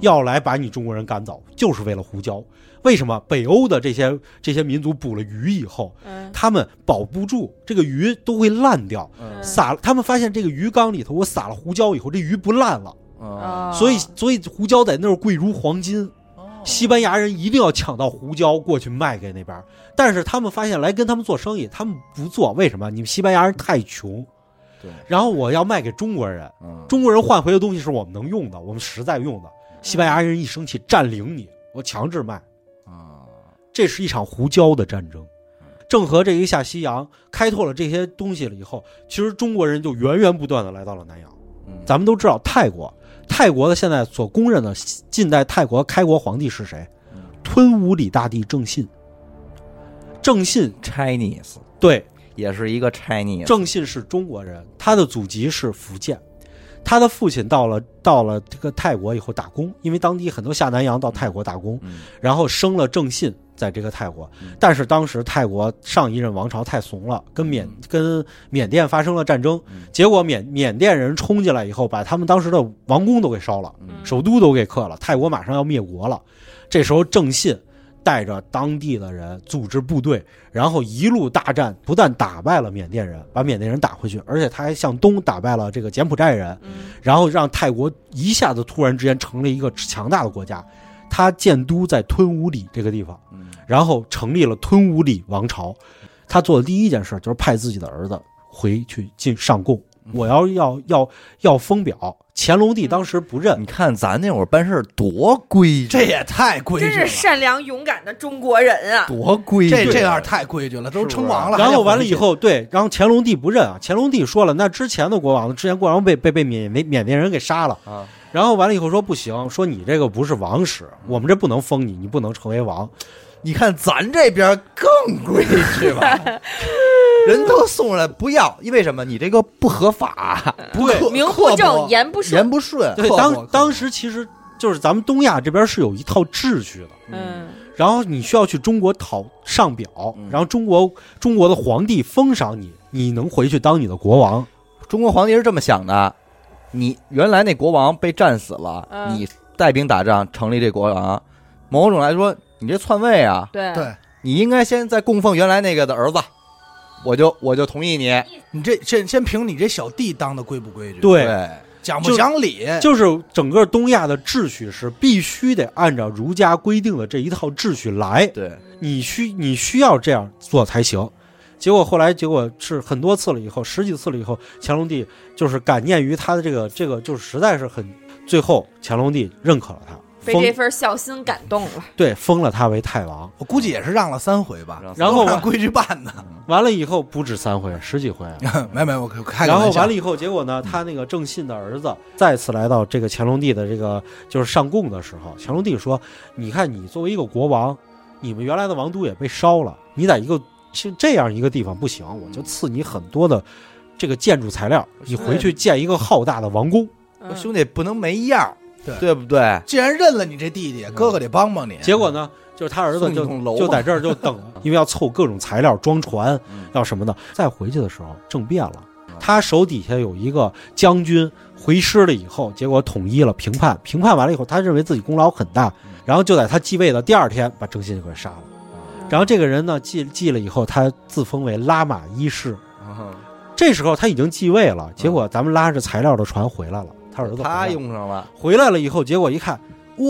要来把你中国人赶走，就是为了胡椒。为什么北欧的这些这些民族捕了鱼以后，
嗯
他们保不住这个鱼都会烂掉，
嗯
撒他们发现这个鱼缸里头我撒了胡椒以后，这鱼不烂了，
嗯
哦
啊所以所以胡椒在那儿贵如黄金。西班牙人一定要抢到胡椒过去卖给那边儿，但是他们发现来跟他们做生意，他们不做，为什么？你们西班牙人太穷，
对，
然后我要卖给中国人，
嗯
中国人换回的东西是我们能用的，我们实在用的。西班牙人一生气占领你，我强制卖，
啊，
这是一场胡椒的战争。郑和这一下西洋，开拓了这些东西了以后，其实中国人就源源不断的来到了南洋。咱们都知道泰国，泰国的现在所公认的近代泰国开国皇帝是谁
嗯？
吞武里大帝郑信。郑信
Chinese
对，
也是一个 Chinese，
郑信是中国人，他的祖籍是福建，他的父亲到了到了这个泰国以后打工，因为当地很多下南洋到泰国打工，
嗯
然后生了郑信，在这个泰国
嗯，
但是当时泰国上一任王朝太怂了，跟缅跟缅甸发生了战争
嗯，
结果缅缅甸人冲进来以后，把他们当时的王宫都给烧了，
嗯
首都都给克了，泰国马上要灭国了。这时候郑信带着当地的人组织部队，然后一路大战，不但打败了缅甸人，把缅甸人打回去，而且他还向东打败了这个柬埔寨人，
嗯
然后让泰国一下子突然之间成了一个强大的国家。他建都在吞武里这个地方，
嗯
然后成立了吞武里王朝。他做的第一件事就是派自己的儿子回去进上贡，我要要要要封表。乾隆帝当时不认，
你看咱那会儿办事儿多规矩，啊
这也太规
真
矩
是
了，
善良勇敢的中国人啊！
多规矩啊，
这这样太规矩了，都称王了。
然后完
还得
了以后，对，然后乾隆帝不认啊，乾隆帝说了，那之前的国王，之前国王被被被缅缅缅甸人给杀了，
啊，
然后完了以后说不行，说你这个不是王室，我们这不能封你，你不能成为王。
你看咱这边更规矩
(laughs)
吧，人都送来不要，因为什么？你这个不合法，
不刻
名不
刻
正
薄
言不顺。
言不顺。
对，
刻薄刻
当
薄
当时其实就是咱们东亚这边是有一套秩序的，
嗯，
然后你需要去中国讨上表
嗯，
然后中国中国的皇帝封赏你，你能回去当你的国王。
中国皇帝是这么想的：你原来那国王被战死了，
嗯
你带兵打仗成立这国王，某种来说，你这篡位啊，
对
对
你应该先再供奉原来那个的儿子，我就我就同意你。
你这先先凭你这小弟当的规不规矩，
对，
讲不讲理？
就是整个东亚的秩序是必须得按照儒家规定的这一套秩序来，
对，
嗯
你需你需要这样做才行。结果后来结果是很多次了以后，十几次了以后，乾隆帝就是感念于他的这个这个，就是实在是很，最后乾隆帝认可了他，
被这
封
份孝心感动了。
对封了他为太王。
我估计也是让了三回吧，
然后
都按规矩办的。 (laughs)
完了以后不止三回，十几回。
没没，我开个
然后
玩笑
完了以后，结果呢，他那个郑信的儿子再次来到这个乾隆帝的这个就是上贡的时候，乾隆帝说：“你看，你作为一个国王，你们原来的王都也被烧了，你在一个这这样一个地方不行，我就赐你很多的这个建筑材料，你回去建一个浩大的王宫。
嗯
兄弟不能没样儿，
对
对不对？
既然认了你这弟弟，哥哥得帮帮你。”
嗯结果呢，就是他儿子
送你
就
栋楼
就
吧
在这儿就
(laughs)
等了，因为要凑各种材料装船
嗯，
要什么的。再回去的时候政变了。他手底下有一个将军回师了以后，结果统一了平叛，平叛完了以后，他认为自己功劳很大，
嗯
然后就在他继位的第二天把郑信就给杀了。
嗯
然后这个人呢继继了以后，他自封为拉玛一世。这时候他已经继位了，结果咱们拉着材料的船回来了，他儿子回来
嗯他
了
用上了，
回来了以后，结果一看，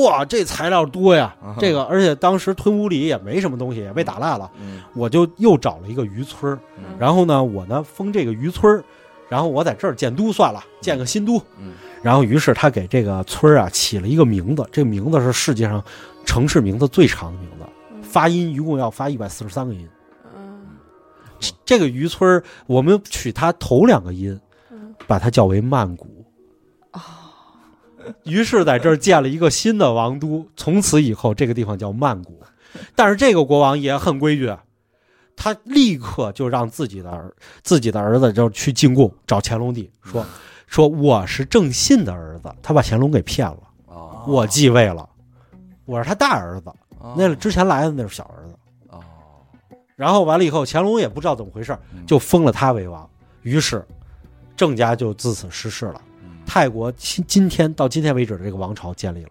哇，这材料多呀
啊！
这个而且当时吞武里也没什么东西，也被打烂了，
嗯
我就又找了一个渔村儿
嗯
然后呢，我呢封这个渔村儿，然后我在这儿建都算了，建个新都。
嗯
然后于是他给这个村儿啊起了一个名字，这个名字是世界上城市名字最长的名字，发音一共要发一百四十三个音。
嗯
这这个渔村儿我们取它头两个音，
嗯
把它叫为曼谷。于是在这儿建了一个新的王都，从此以后这个地方叫曼谷。但是这个国王也很规矩，啊他立刻就让自己的儿自己的儿子就去进贡，找乾隆帝说说我是正信的儿子，他把乾隆给骗了，
哦
我继位了，我是他大儿子，
啊
那之前来的那是小儿子。
哦，
然后完了以后，乾隆也不知道怎么回事儿
嗯，
就封了他为王。于是，郑家就自此失势了。
嗯
泰国今今天到今天为止的这个王朝建立了。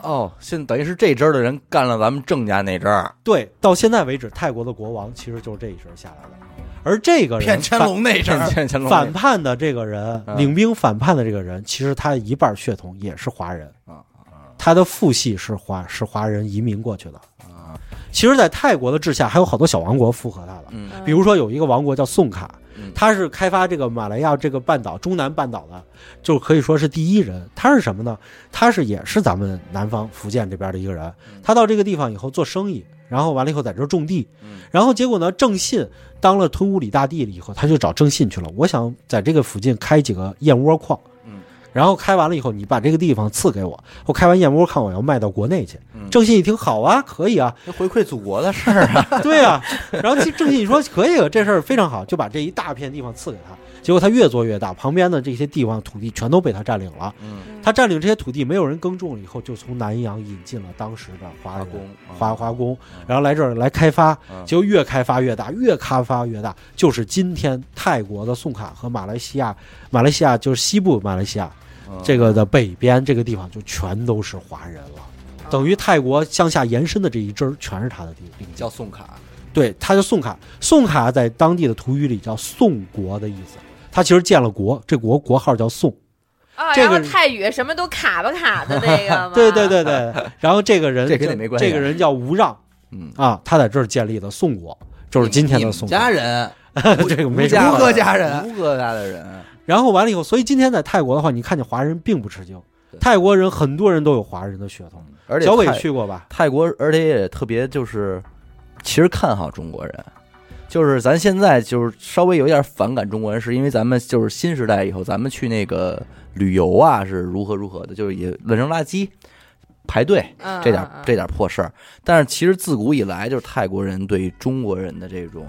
哦，现在等于是这支儿的人干了咱们郑家那支儿，
对，到现在为止，泰国的国王其实就是这一支下来的。而这个人
骗乾隆那阵
骗 (laughs) 骗
儿，
乾
反
隆
反叛的这个人，
嗯
领兵反叛的这个人，其实他一半血统也是华人
啊
他的父系是华是华人移民过去的其实，在泰国的治下，还有好多小王国附和他的。
嗯
比如说有一个王国叫宋卡
嗯，
他是开发这个马来亚这个半岛中南半岛的，就可以说是第一人。他是什么呢？他是也是咱们南方福建这边的一个人
嗯。
他到这个地方以后做生意，然后完了以后在这儿种地
嗯，
然后结果呢，郑信当了吞武里大帝了以后，他就找郑信去了。我想在这个附近开几个燕窝矿
嗯。
然后开完了以后，你把这个地方赐给我，我开完燕窝矿，我要卖到国内去
嗯。
郑信一听，好啊，可以啊，
这回馈祖国的事儿啊，
对啊，然后其实郑信说可以，这事儿非常好，就把这一大片地方赐给他。结果他越做越大，旁边的这些地方土地全都被他占领了。
嗯，
他占领这些土地，没有人耕种了以后，就从南洋引进了当时的华
阿
人、
公
华华工
啊嗯，
然后来这儿来开发，
嗯
结果越开发越大，越开发越大，就是今天泰国的宋卡和马来西亚，马来西亚就是西部马来西亚
嗯
这个的北边这个地方就全都是华人了。
嗯
等于泰国向下延伸的这一支儿全是他的地领地，
叫宋卡，
对，他叫宋卡。宋卡在当地的土语里叫宋国的意思，他其实建了国，这国国号叫宋。
啊，
这
然后
个
泰语什么都卡吧卡的
(laughs)
那个嘛，
对对
(laughs)
对对，然后这个人
这跟你没关系啊
这个人叫吴让
嗯，
啊，他在这儿建立的宋国，就是今天的宋国。
家人，
(laughs) 这个没
吴
什么
家
吴哥家人
吴哥家的人，
然后完了以后，所以今天在泰国的话，你看见华人并不吃惊
对，
泰国人很多人都有华人的血统。
而且
小伟
泰
去过吧？
泰国，而且也特别就是，其实看好中国人。就是咱现在就是稍微有点反感中国人，是因为咱们就是新时代以后，咱们去那个旅游啊是如何如何的，就是也乱扔垃圾、排队，
嗯，
这点
嗯
这点破事儿。但是其实自古以来，就是泰国人对中国人的这种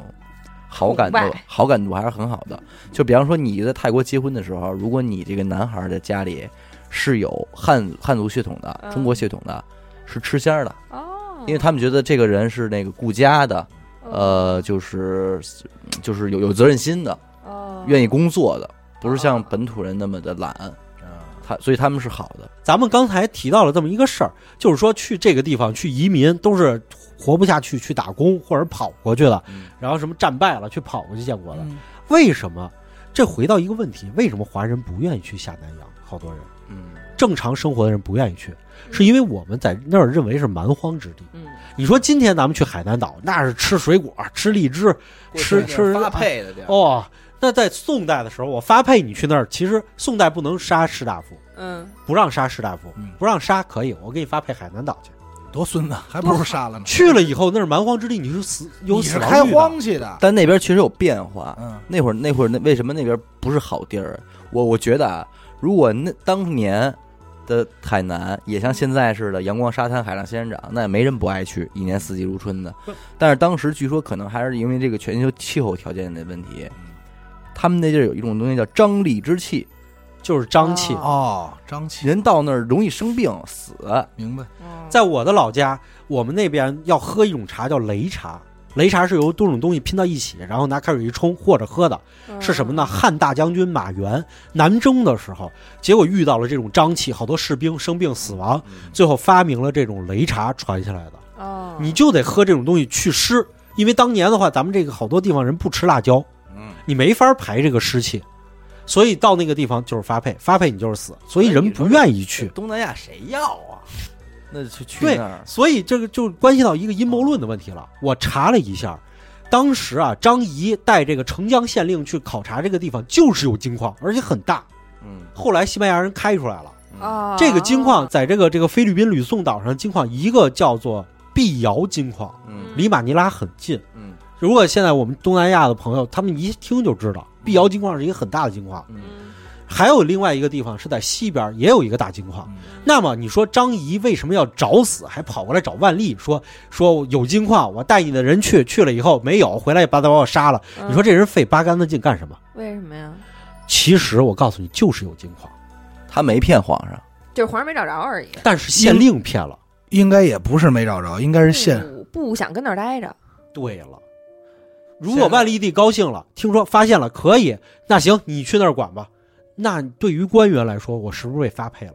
好感度
崇拜，
好感度还是很好的。就比方说你在泰国结婚的时候，如果你这个男孩儿的家里是有汉汉族血统的、
嗯
中国血统的，是吃香的，
嗯嗯哦，
因为他们觉得这个人是那个顾家的，呃，就是就是有有责任心的，
哦，
愿意工作的，不是像
哦
本土人那么的懒。
嗯
他所以他们是好的，
咱们刚才提到了这么一个事儿，就是说去这个地方去移民都是活不下去，去打工或者跑过去的，
嗯
然后什么战败了去跑过去建国了。
嗯
为什么？这回到一个问题，为什么华人不愿意去下南洋？好多人
嗯，
正常生活的人不愿意去，是因为我们在那儿认为是蛮荒之地。
嗯
你说今天咱们去海南岛，那是吃水果、吃荔枝，吃吃
发配啊的地儿，
哦，那在宋代的时候，我发配你去那儿，其实宋代不能杀士大夫，
嗯，
不让杀士大夫
嗯，
不让杀可以，我给你发配海南岛去。
多孙子，还不如杀了呢。
去了以后，那是蛮荒之地，你是死有
你
死
是
亡
开
率的
荒去的，
但那边确实有变化。
嗯，
那会儿那会儿那为什么那边不是好地儿？啊我我觉得啊，如果那当年的海南也像现在似的阳光沙滩、海浪仙人掌，那也没人不爱去，一年四季如春的。但是当时据说可能还是因为这个全球气候条件的问题，他们那地儿有一种东西叫瘴疠之气，
就是瘴气。
哦
哦，张琪，
人到那儿容易生病死。
明白，
哦
在我的老家，我们那边要喝一种茶叫擂茶，擂茶是由多种东西拼到一起，然后拿开水一冲和着喝的，
嗯
嗯
是什么呢？？汉大将军马援南征的时候，结果遇到了这种瘴气，好多士兵生病死亡，最后发明了这种擂茶传下来的。
嗯
哦，
你就得喝这种东西去湿，因为当年的话，咱们这个好多地方人不吃辣椒，
嗯，
你没法排这个湿气，所以到那个地方就是发配，发配你就是死，所以人不愿意去。
东南亚谁要啊？那就去去
对
那儿，
所以这个就关系到一个阴谋论的问题了。我查了一下，当时啊，张仪带这个澄江县令去考察这个地方，就是有金矿，而且很大。
嗯，
后来西班牙人开出来了，
哦，
这个金矿在这个这个菲律宾吕宋岛上，金矿一个叫做碧瑶金矿，
嗯
离马尼拉很近。
嗯
如果现在我们东南亚的朋友，他们一听就知道，碧瑶金矿是一个很大的金矿。
嗯
嗯，
还有另外一个地方是在西边也有一个大金矿。
嗯
那么你说张仪为什么要找死，还跑过来找万历说说有金矿，我带你的人去，去了以后没有，回来把他把我杀了。
嗯
你说这人费八竿子劲干什么？
为什么呀？
其实我告诉你，就是有金矿，
他没骗皇上。
就是皇上没找着而已，
但是县令骗了。
应该也不是没找着，应该是现
不不想跟那儿待着，
对了。如果万历帝高兴了，听说发现了，可以，那行，你去那儿管吧。那对于官员来说，我是不是被发配了？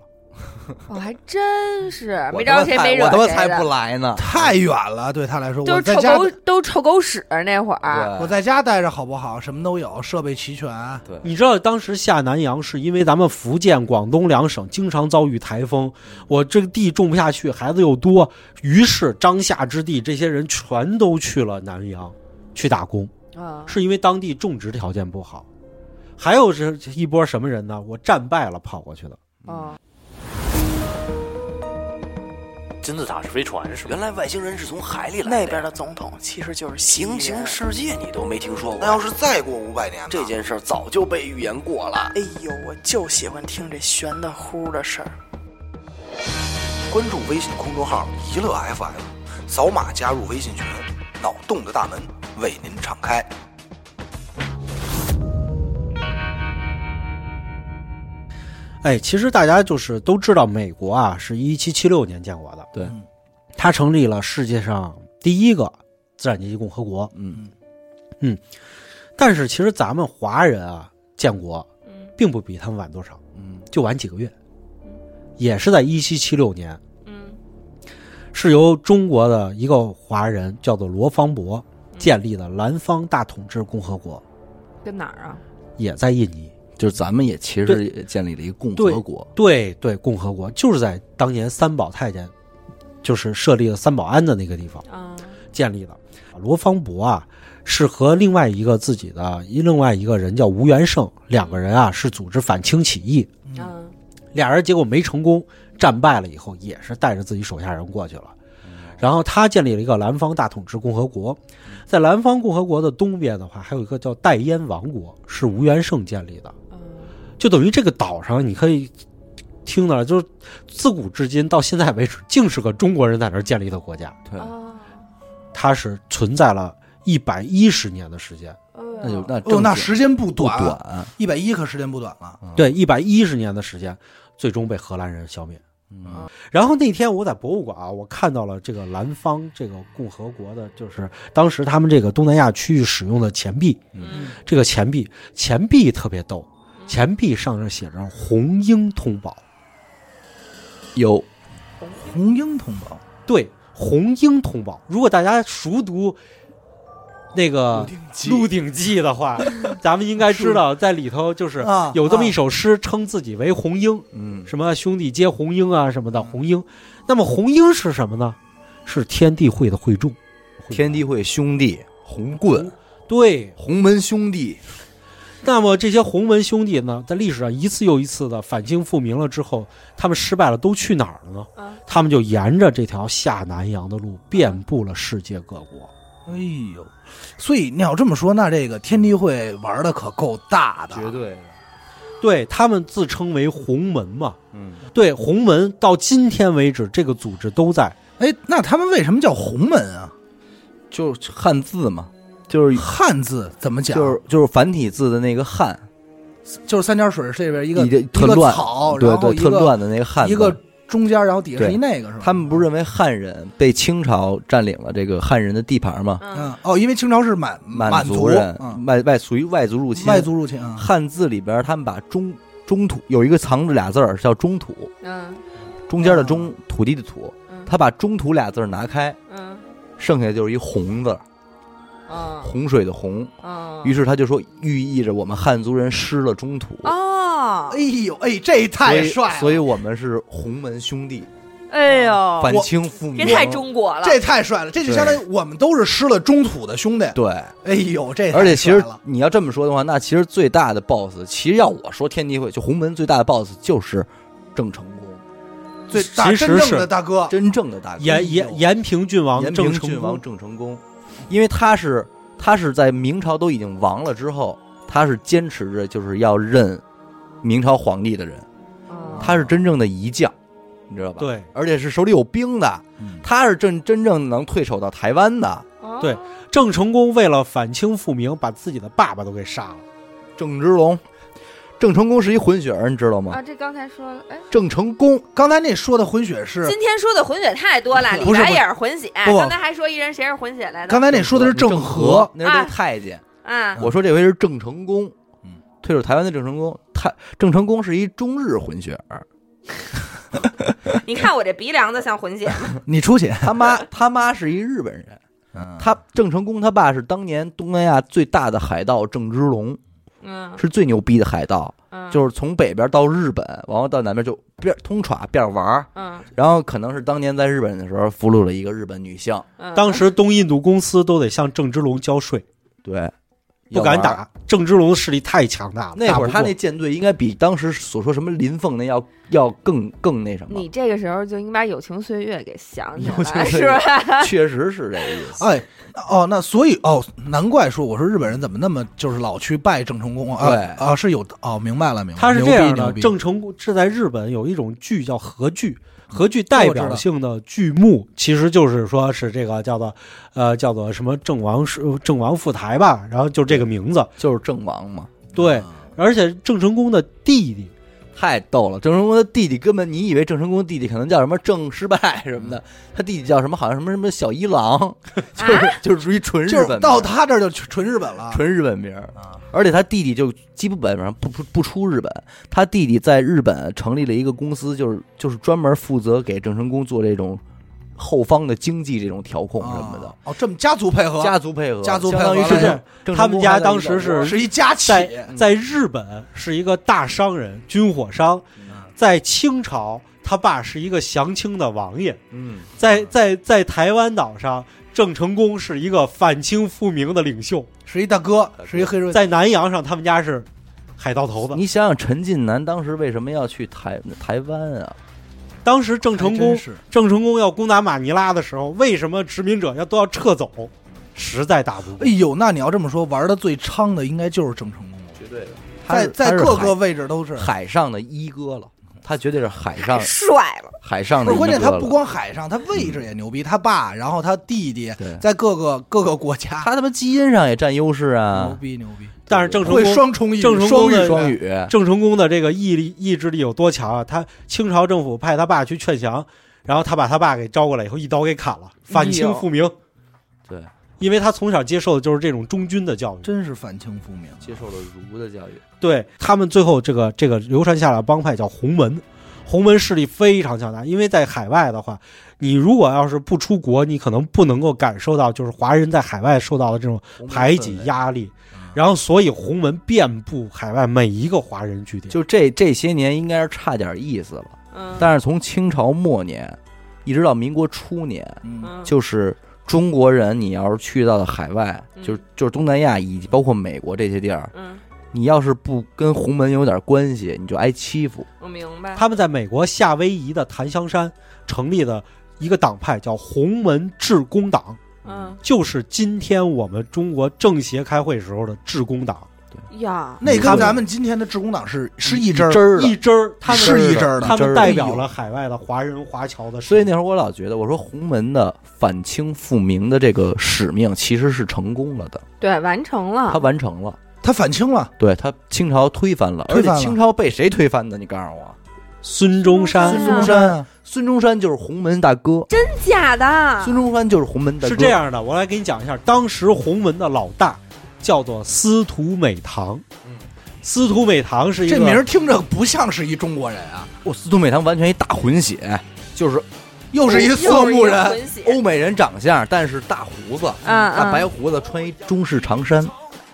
哦，还真是
我
啊没
他妈
招谁
才
没惹
我他妈
谁
才不
的，
来呢。
太远了，对他来说，
都
我
是
在
臭
家，
狗都臭狗屎啊那会儿，
对
我在家待着好不好？什么都有，设备齐全，哦
对，
你知道当时下南洋是因为咱们福建、广东两省经常遭遇台风，我这个地种不下去，孩子又多，于是张夏之地这些人全都去了南洋去打工，
啊，
是因为当地种植条件不好。还有是一波什么人呢？我战败了跑过去的。
哦，
金字塔是飞船是吗？
原来外星人是从海里来的。
那边的总统其实就是西
平行世界你都没听说
那
过，
要是再过五百年呢？
这件事儿早就被预言过了。
哎呦，我就喜欢听这玄的乎的事儿。
关注微信公众号“一乐 FM”，扫码加入微信群，脑洞的大门为您敞开。
哎，其实大家就是都知道，美国啊是一七七六年建国的，
对
嗯，
它成立了世界上第一个资产阶级共和国。
嗯
但是其实咱们华人啊，建国
嗯
并不比他们晚多少，
嗯
就晚几个月
嗯，
也是在一七七六年，
嗯，
是由中国的一个华人叫做罗芳伯建立的兰芳大统制共和国，
跟哪儿啊？
也在印尼。
就是咱们也其实
对
也建立了一个共
对
和国，
对对，共和国就是在当年三宝太监，就是设立了三宝庵的那个地方
啊，
建立的。罗芳伯啊，是和另外一个自己的另外一个人叫吴元胜，两个人啊是组织反清起义，
嗯
俩人结果没成功，战败了以后也是带着自己手下人过去了。然后他建立了一个兰芳大统制共和国，在兰芳共和国的东边的话，还有一个叫代燕王国，是吴元胜建立的。
嗯，
就等于这个岛上，你可以听到，就是自古至今到现在为止，竟是个中国人在那儿建立的国家，
对，
哦，
它是存在了一百一十年的时间。
那就那啊
哦，
正
那
经
时间不
不
短，
短，
一百一可时间不短了。
对，一百一十年的时间，最终被荷兰人消灭。
嗯
然后那天我在博物馆啊，我看到了这个兰芳这个共和国的，就是当时他们这个东南亚区域使用的钱币。
嗯
这个钱币，钱币特别逗，钱币上面写着“红鹰通宝
有
红鹰同胞，”。
对，“红鹰通宝”。如果大家熟读那个《鹿鼎记》的话， (laughs) 咱们应该知道，在里头就是
啊
有这么一首诗，称自己为红鹰，
嗯
什么兄弟皆红鹰啊什么的，红鹰。那么红鹰是什么呢？是天地会的会众。
天地会兄弟红棍
对，
洪门兄弟，
那么这些洪门兄弟呢，在历史上一次又一次的反清复明了之后，他们失败了，都去哪儿了呢？
嗯
啊
他们就沿着这条下南洋的路，遍布了世界各国。
哎呦，所以你要这么说，那这个天地会玩的可够大的，
对，
对他们自称为洪门嘛，
嗯，
对洪门到今天为止，这个组织都在
哎，那他们为什么叫红门啊？
就是汉字嘛，就是
汉字怎么讲？
就是就是繁体字的那个汉，
就是三点水这边一
一
个
个
一
特
个
乱
草，
对
然后
对，
一
特
个
乱的那个汉字，
一个中间，然后底下是
对
一那个是吧？
他们不是认为汉人被清朝占领了这个汉人的地盘吗？
嗯
嗯哦，因为清朝是满
满
族
人
嗯
外外属于外族入侵，
外族入侵啊，
汉字里边他们把中中土有一个藏着俩字儿叫中土，
嗯
中间的
哦
中，土地的土，
嗯，
他把中土俩字儿拿开，
嗯
剩下就是一洪字儿，
哦
嗯
洪水的洪。
嗯，
于是他就说，寓意着我们汉族人失了中土，
哦
哎，呦哎，这太帅了，
所以，所以我们是洪门兄弟，
哎呦，
反清复明
这。太中国了，
哦这太帅了，这就相当于我们都是失了中土的兄弟。
对，
哎呦，这太
而且其实
帅了
你要这么说的话，那其实最大的 BOSS，其实要我说，天地会就洪门最大的 BOSS 就是郑成功，
最大
其实
真正
是
的大哥，
真正的大哥。
延延延平郡王
延
郑
平
成
郡王
功。
郑成功，因为他是他是在明朝都已经亡了之后，他是坚持着就是要认明朝皇帝的人，
嗯
他是真正的一将，你知道吧？，
对
而且是手里有兵的，
嗯
他是真真正能退守到台湾的。
对，
哦
郑成功为了反清复明，把自己的爸爸都给杀了。
郑芝龙，郑成功是一混血儿，你知道吗
啊，？这刚才说了，哎，
郑成功。
刚才那说的混血是，
今天说的混血太多了，李
不是
白
不是
也是混血，
不
刚才还说一人谁是混血来的
刚才那说的是郑
郑
和，，
那是都是太监。
啊，
我说这回是郑成功
嗯，
退守台湾的郑成功，太郑成功是一中日混血儿，
你看我这鼻梁子像混血吗？
你出去，嗯
他妈他妈是一日本
(laughs)
人，他郑成功他爸是当年东南亚最大的海盗郑芝龙，
嗯，
是最牛逼的海盗，
嗯
就是从北边到日本，然后到南边就边通耍边玩儿，
嗯
然后可能是当年在日本的时候俘虏了一个日本女性，
嗯，
当时东印度公司都得向郑芝龙交税，
对，
不敢
要玩儿。
打。郑芝龙的势力太强大了，
那会儿他
打不过
那舰队应该比当时所说什么林凤那要要更更那什么
你，这个时候就应该把《友情岁月》给想起
友情
来，
岁
是
月
吧？
确实是这个意
(laughs)
思。
哎，哦，那所以哦，难怪说我说日本人怎么那么就是老去拜郑成功啊？
对
啊，是有的哦，明白了，明白了。
他是这
牛
样的，
逼
郑成功是在日本有一种剧叫和剧，和剧代表性的剧目其实就是说是这个叫做呃叫做什么郑王是郑王赴台吧，
啊
然后就这个名字。
就是郑王嘛，
对，而且郑成功的弟弟
(laughs) 太逗了。郑成功的弟弟根本，你以为郑成功弟弟可能叫什么郑失败
嗯
什么的，他弟弟叫什么？好像什么什么小一
(laughs)
郎，就是就是属于纯日
就
本
是
名，
到他啊这儿就纯日本了。
纯日本名儿。而且他弟弟就基本上不不不出日本，他弟弟在日本成立了一个公司，就是就是专门负责给郑成功做这种后方的经济这种调控什么的。
啊哦，这么家族配合，
家族配合，
家族配
相
合
当于是
来
郑郑
他
成
们
功
家
还在
当
一
时
岛
是
国
是一家企，
在
嗯
在日本是一个大商人、军火商，在清朝他爸是一个降清的王爷，
嗯，
在在在台湾岛上，郑成功是一个反清复明的领袖，
是一大哥，是一黑社会。
在南洋上他们家是海盗头子。
你想想陈近南当时为什么要去台台湾啊？
当时郑成功
还真是
郑成功要攻打马尼拉的时候，为什么殖民者要都要撤走？实在打不过
哎。呦，那你要这么说，玩的最猖的应该就是郑成功了，
绝对的，
在在各个位置都是。
海上的一哥了，他绝对是海上
帅了，
海上
不
的一
是
哥了。嗯
关键，他不光海上，他位置也牛逼。他爸，然后他弟弟
对，
在各个各个国家，
他他妈基因上也占优势
牛
啊，
逼牛逼，
但是郑成
会
功，
双重意
郑成
双
功的
双语
啊
郑成功的这个毅力意志力有多强啊？他清朝政府派他爸去劝降，然后他把他爸给招过来以后，一刀给砍了，
哎
反清复明。
对，
因为他从小接受的就是这种忠君的教育。
真是反清复明。
接受了儒的教育，
对他们最后这个这个流传下来的帮派叫洪门，洪门势力非常强大，因为在海外的话，你如果要是不出国，你可能不能够感受到就是华人在海外受到的这种排挤压力，然后所以洪门遍布海外每一个华人据点。
就这这些年应该是差点意思了。
嗯，
但是从清朝末年一直到民国初年，
嗯，
嗯
就是中国人，你要是去到的海外，
嗯
就是就是东南亚以及包括美国这些地儿，
嗯，
你要是不跟洪门有点关系，你就挨欺负。
我明白。
他们在美国夏威夷的檀香山成立的一个党派叫洪门致公党，
嗯
就是今天我们中国政协开会时候的致公党，
呀，
那
他
跟
们
咱们今天的致公党是是一支儿
一针儿的
一支儿，他们
是一支儿的
他
一支儿
们
的
代表了海外的华人华侨的势
所以
力，
那会儿我老觉得，我说洪门的反清复明的这个使命其实是成功了的，
对，完成了。
他完成了，
他反清了，
对他清朝推翻了，而
推翻
且
了
清朝被谁推翻的？你告诉我，
孙中山
孙
孙
嗯
中
中山啊，
孙中山就是洪门大哥，
真假的？
孙中山就是洪门大哥，
是这，样的，我来给你讲一下，当时洪门的老大叫做司徒美堂，司徒美堂是一个
这名儿听着不像是一中国人啊，
我司徒美堂完全一大混血，就是
又是一色
又是一
目
个
人，
混血
欧美人长相，但是大胡子，
嗯
大白
嗯
胡子，穿一中式长衫，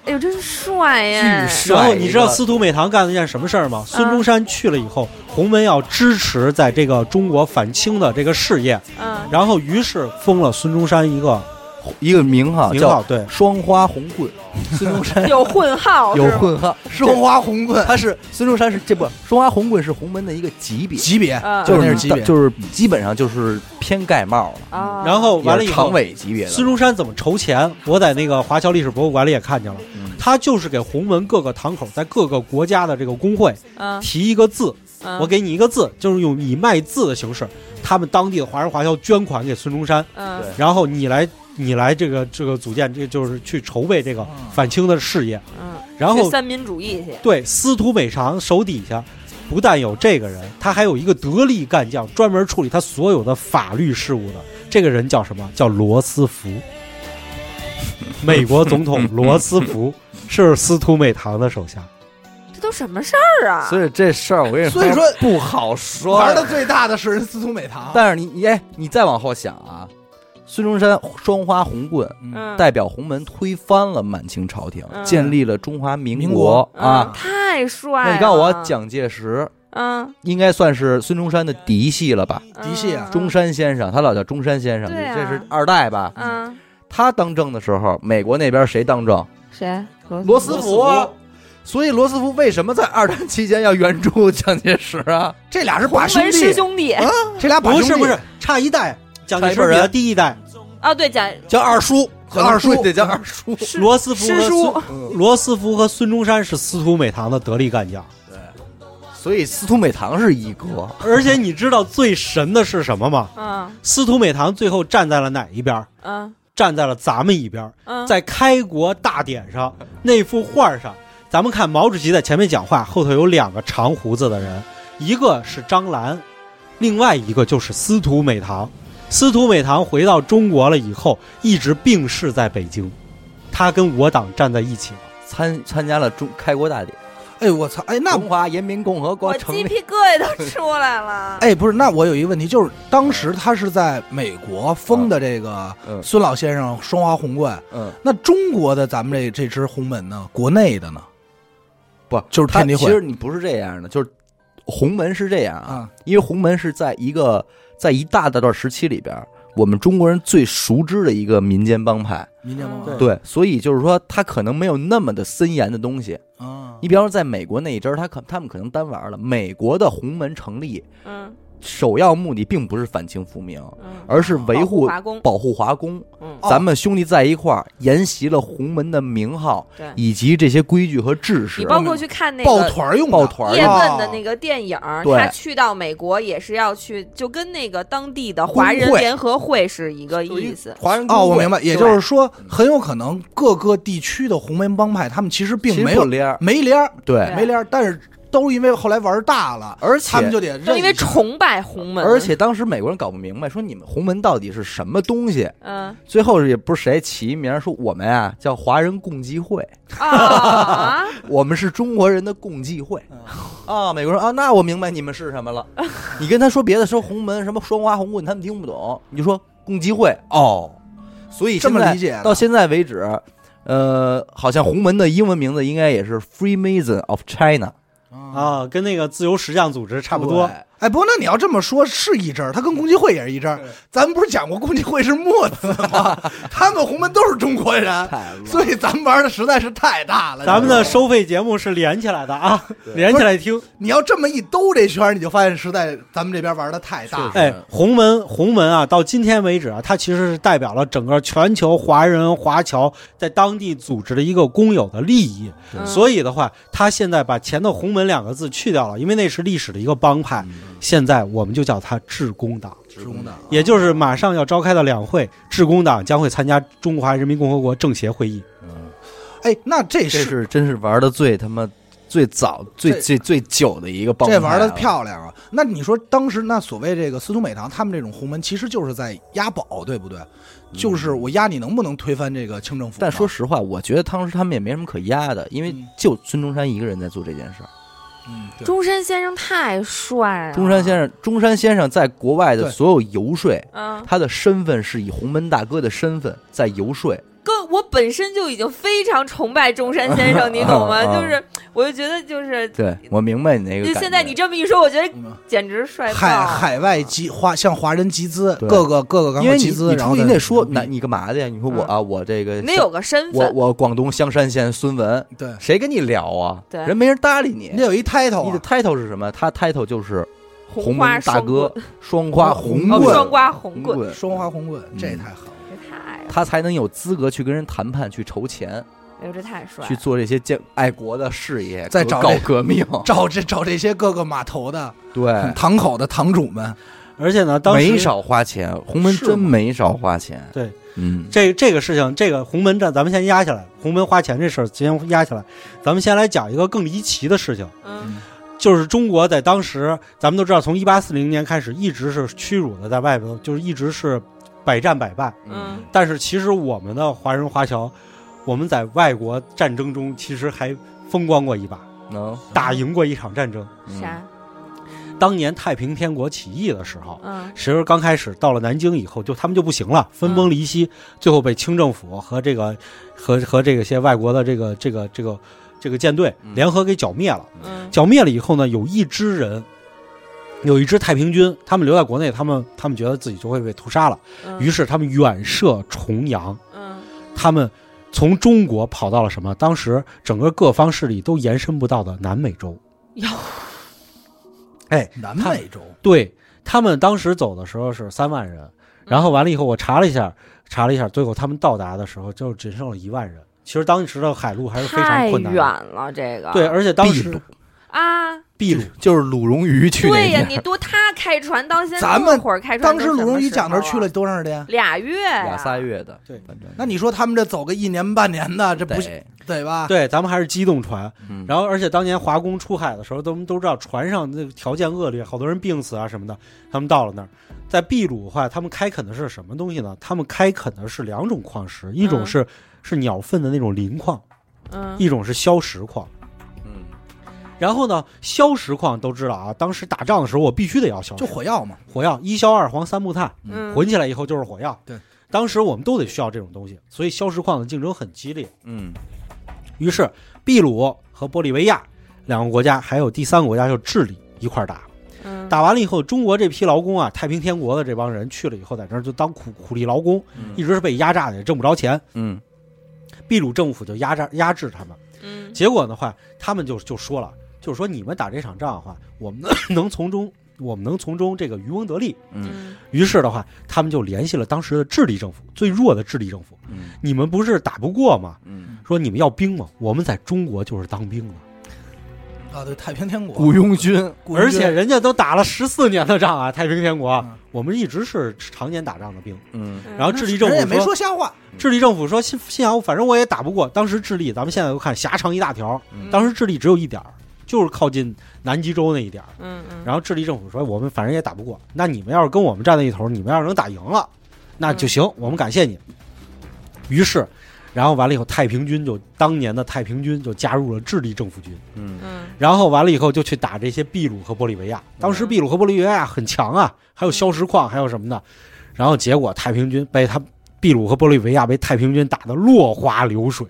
哎呦，真是帅耶！
帅
然后你知道
一个
司徒美堂干了一件什么事儿吗？
啊
孙中山去了以后，洪门要支持在这个中国反清的这个事业，
嗯，
然后于是封了孙中山一个
一个名号啊
名
叫
号，对，
双花红棍，孙中山
(laughs) 有混号是
有
吗，
混号，
中华红棍
他是孙中山是这不双花红棍是洪门的一个级
(laughs)
别，
级别
嗯，
啊就
那
是
是级别，
就是基本上就是偏盖帽了，
啊。
然后完了以
也是常
后。
委级别的。
孙中山怎么筹钱？我在那个华侨历史博物馆里也看见了，
嗯
(laughs) 他就是给洪门各个堂口在各个国家的这个工会
嗯，
提一个字，
嗯
我给你一个字，就是用以卖字的形式，他们当地的华人华侨捐款给孙中山，
嗯
然后你来你来这个这个组建，这就是去筹备这个反清的事业。
嗯，
然
去
后
三民主义去，
对司徒美长手底下不但有这个人，他还有一个得力干将，专门处理他所有的法律事务的。这个人叫什么？叫罗
(laughs)
斯福。美国总统罗斯福是司徒美堂的
(laughs)
手下。
啊
这都什么事儿啊？
所以这事儿我跟你
所以说
不好说。
玩的最大的是人司徒美堂，
但是你你哎，你再往后想啊，孙中山双花红棍
嗯，
代表洪门推翻了满清朝廷，
嗯
建立了中华民
民国
嗯
啊。
太帅了！
那你看我，蒋介石
嗯，
应该算是孙中山的嫡系了吧？
嗯
嫡系啊
中，山先生，他老叫中山先生，
对啊
这是二代吧？
嗯，
他当政的时候，美国那边谁当政？
谁？嗯罗
罗斯福啊。所以罗斯福为什么在二战期间要援助蒋介石啊？
这俩是把
洪
兄
门
弟
师，兄弟
这俩把
不
兄弟
是不是，差一代，蒋介
差一辈
石
儿
比
人
他低
(laughs)
一代。
啊，对，蒋
叫二叔，
叫二叔嗯
得叫二叔。
罗斯福和
师叔
孙罗斯福和孙中山是司徒美堂的得力干将。
所以司徒美堂是一哥，
而且你知道最神的是什么吗？
嗯
司徒美堂最后站在了哪一边儿？
嗯
站在了咱们一边儿。
嗯，
在开国大典上那幅画上，咱们看毛主席在前面讲话，后头有两个长胡子的人，一个是张澜，另外一个就是司徒美堂。司徒美堂回到中国了以后，一直病逝在北京，他跟我党站在一起了。
参参加了中开国大典，
哎，我操！哎，那
中华人民共和
我
国成
鸡
立。
皮疙瘩都出来了。
哎，不是，那我有一个问题，就是当时他是在美国封的这个
嗯
孙老先生双花红冠，
嗯，
那中国的咱们这这支红门呢，国内的呢，
不
就是
他
天地
其
会
实你不是这样的，就是红门是这样啊，
啊？
因为红门是在一个在一大大段时期里边，我们中国人最熟知的一个民间帮派。
民间文化
对
对，所以就是说，他可能没有那么的森严的东西。
啊
你比方说，在美国那一阵儿，他可他们可能单玩了。美国的红门成立，
嗯
首要目的并不是反清复明，
嗯，
而是维护
华工，
保护华工。
嗯，
咱们兄弟在一块儿，沿袭了红门的名号，
对
以及这些规矩和制
你
式。
包括去看那
抱
个
团儿用的
抱团儿
叶
用的
问的那个电影儿，
对
他去到美国也是要去，就跟那个当地的华人
工会
联合会是一个意思。
华人
哦，我明
白，
白，也就是说，很有可能各个地区的红门帮派，他们其实
其
并
实
没
不
有
联儿。
没联儿，
对
对，
哎没联儿，但是都因为后来玩大了，
而
他们
且
就得认
就因为崇拜洪门，
而且当时美国人搞不明白，说你们红门到底是什么东西？
嗯
最后也不是谁起一名儿说我们啊叫华人共济会，
啊，
(laughs) 我们是中国人的共济会。
嗯
啊，美国人啊，那我明白你们是什么
(laughs)
了。你跟他说别的，说红门什么双花红棍，他们听不懂。你就说共济会哦，所以
这么
现在
理解的
到现在为止，呃，好像红门的英文名字应该也是 Freemason of China，
啊，跟那个自由石像组织差不多。
对
哎，不过那你要这么说，是一支儿，他跟共济会也是一支儿。咱们不是讲过共济会是墨子
(laughs)
吗？他们红门都是中国人，
太乱了
(laughs) 所以咱们玩的实在是太大了。
咱
你
们的
知道吗
收费节目是连起来的啊，连起来听。
你要这么一兜这圈儿，你就发现实在咱们这边玩的太大了。
哎，
嗯
红门红门啊，到今天为止啊，它其实是代表了整个全球华人华侨在当地组织的一个公有的利益。
嗯
所以的话，它现在把前头“红门”两个字去掉了，因为那是历史的一个帮派。
嗯
现在我们就叫它致公党，
职工党
也就是马上要召开的两会，致公党将会参加中华人民共和国政协会议。
哎，那这
这
是
是真是玩的最他妈最早最
这
最最久的一个帮派啊
这
了，
玩的漂亮啊！那你说当时那所谓这个司徒美堂他们这种红门，其实就是在押宝，对不对？就是我押你能不能推翻这个清政府嘛？
嗯但说实话，我觉得当时他们也没什么可压的，因为
嗯
就孙中山一个人在做这件事儿。
嗯，对
中山先生太帅了，
中山先生，中山先生在国外的
对
所有游说，
嗯，
他的身份是以洪门大哥的身份在游说。
跟我本身就已经非常崇拜中山先生，你懂吗？
(laughs) 啊
就是我就觉得就是，
对我明白你那个感
就
觉。
现在你这么一说，我觉得
嗯
简直帅爆
海
了。
海外集华向华人集资，
对
各个各个港
因
口
为你
集资，
你
然
出
后
去你
再嗯
得说，那你干嘛的呀？你说我
嗯
啊，我这个
你得有个身
我
份，哦
我广东香山县孙文，
对，
谁跟你聊啊？
对
人没人搭理你。
你得有一 title
你的
啊。
title 是什么？他 title 就是
红花
门大
双
哥
棍，
双花红
哦，
棍
双瓜红棍，
棍，
双花红棍，这太好了。
这太，
他才能有资格去跟人谈判、去筹钱、
哎呦，这太帅
去
了。
做这些建爱国的事业，
再
搞
找
搞
这
革命。
找这找这些各个码头的、 (laughs)
对，
堂口的堂主们，
而且呢，当时
没少花钱，红门真没少花钱。
对，
嗯，
这这个事情，这个红门站咱们先压下来，红门花钱这事儿先压下来。咱们先来讲一个更离奇的事情，
嗯
就是中国在当时，咱们都知道，从一八四零年开始一直是屈辱的，在外头就是一直是百战百败。
嗯，
但是其实我们的华人华侨，我们在外国战争中其实还风光过一把，
嗯能
打赢过一场战争。
嗯
啥？
当年太平天国起义的时候，
嗯
谁知刚开始到了南京以后，就他们就不行了，分崩离析，最后被清政府和这个和和这个些外国的这个这个这个这个舰队
嗯
联合给剿灭了。
嗯
剿灭了以后呢，有一支人，有一支太平军，他们留在国内，他们他们觉得自己就会被屠杀了，
嗯，
于是他们远涉重洋，
嗯
他们从中国跑到了什么？当时整个各方势力都延伸不到的南美洲。
哟
哎，
南
他
美洲
对他们当时走的时候是三万
嗯
人，然后完了以后我查了一下，查了一下，最后他们到达的时候就只剩了一万人。其实当时的海路还是非
太
常
远
困难的，
了，这个
对，而且当
秘鲁
时
啊，
秘鲁
就是鲁荣鱼去那
对呀，
天，
你多他开船到现在，
咱们
会儿开船
当
都
时
什么
鲁荣一讲那儿
时候
去了
啊
多长时间？
俩月呀，
俩仨月的，
对
反正
那你说他们这走个一年半年的，这不
得
对吧？
对，咱们还是机动船。
嗯
然后，而且当年华工出海的时候，都我们都知道船上那个条件恶劣，好多人病死啊什么的。他们到了那儿，在秘鲁的话，他们开垦的是什么东西呢？他们开垦的是两种矿石，一种
嗯
是、是鸟粪的那种磷矿，
嗯
一种是硝石矿。
嗯，
然后呢，硝石矿都知道啊，当时打仗的时候我必须得要硝
就
石，
火药嘛，
火药一硝二黄三木炭，
嗯，
混起来以后就是火药。
对，
当时我们都得需要这种东西，所以硝石矿的竞争很激烈。
嗯，
于是，秘鲁和玻利维亚两个国家，还有第三个国家就是智利一块儿打。
嗯
打完了以后，中国这批劳工啊，太平天国的这帮人去了以后，在那儿就当苦苦力劳工，一直是被压榨的，也挣不着钱。
嗯
秘鲁政府就压榨压制他们。
嗯
结果的话，他们就就说了，就是说你们打这场仗的话，我们能 (coughs) 从中，我们能从中这个渔翁得利。
嗯
于是的话，他们就联系了当时的智利政府，最弱的智利政府，
嗯
你们不是打不过吗？
嗯，
说你们要兵吗？我们在中国就是当兵的。
啊，对，太平天国
雇，佣军，
古
而且人家都打了十四年的仗啊，太平天国
嗯，哎
我们一直是常年打仗的兵。
嗯
嗯
然后智利政
人也
府
没说瞎话，
智利政府说信信仰，反正我也打不过。当时智利，咱们现在都看狭长一大条，
嗯
当时智利只有一点儿，就是靠近南极洲那一点儿。
嗯嗯
然后智利政府说，我们反正也打不过，那你们要是跟我们站在一头，你们要是能打赢了，那就
嗯
行，我们感谢你。于是，然后完了以后，太平军就当年的太平军就加入了智利政府军。
嗯
嗯
然后完了以后就去打这些秘鲁和玻利维亚。当时秘鲁和玻利维亚很强啊，还有硝石矿，还有什么的。然后结果太平军被他秘鲁和玻利维亚被太平军打得落花流水。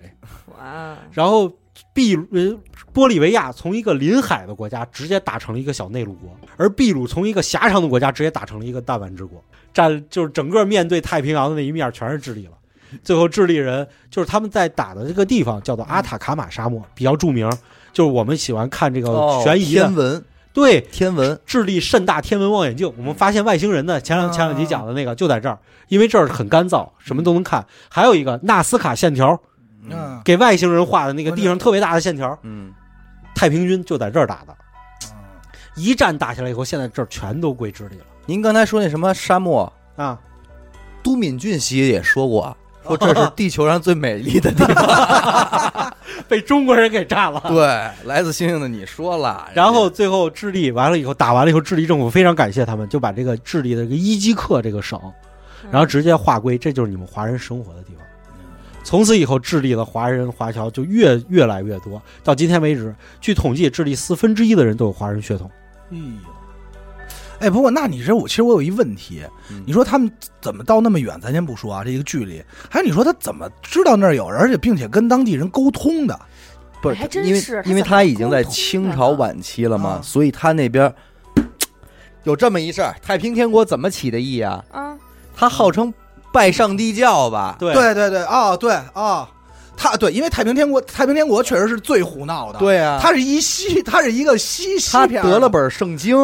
哇
然后秘鲁呃玻利维亚从一个临海的国家直接打成了一个小内陆国，而秘鲁从一个狭长的国家直接打成了一个弹丸之国。占就是整个面对太平洋的那一面全是智利了。最后，智利人就是他们在打的这个地方叫做阿塔卡马沙漠，比较著名。就是我们喜欢看这
哦
个悬疑的
天，文
对，
天文，
智利甚大天文望远镜，我们发现外星人的前两前两集讲的那个就在这儿，因为这儿很干燥，什么都能看。还有一个纳斯卡线条，
嗯，
给外星人画的那个地上特别大的线条，
嗯
太平军就在这儿打的。
嗯
一战打下来以后，现在这儿全都归智利了
您刚才说那什么沙漠，
啊！
都敏俊席也说过，说这 (laughs) 是地球上最美丽的地方。
被中国人给占了。
对，来自星星的你说了，
然后最后智利完了以后，打完了以后，智利政府非常感谢他们，就把这个智利的这个伊基克这个省，然后直接划归，这就是你们华人生活的地方。从此以后，智利的华人华侨就越越来越多。到今天为止，据统计，智利四分之一的人都有华人血统。
哎呦，哎，不过那你这我其实我有一问题，
嗯
你说他们怎么到那么远？咱先不说啊，这一个距离，还有你说他怎么知道那儿有人，而且并且跟当地人沟通的？
不是，
哎还真
因为
是他
因为
怎么
他已经在
沟通嗯的
清朝晚期了嘛，
啊
所以他那边儿有这么一事儿：太平天国怎么起的义啊？
啊
他号称拜上帝教吧？
对
对对对，啊、对啊、他对，因为太平天国，太平天国确实是最胡闹的，，
对啊，
他是一西，他是一个西西
他
片儿
得了
的，
本圣
(laughs)
经，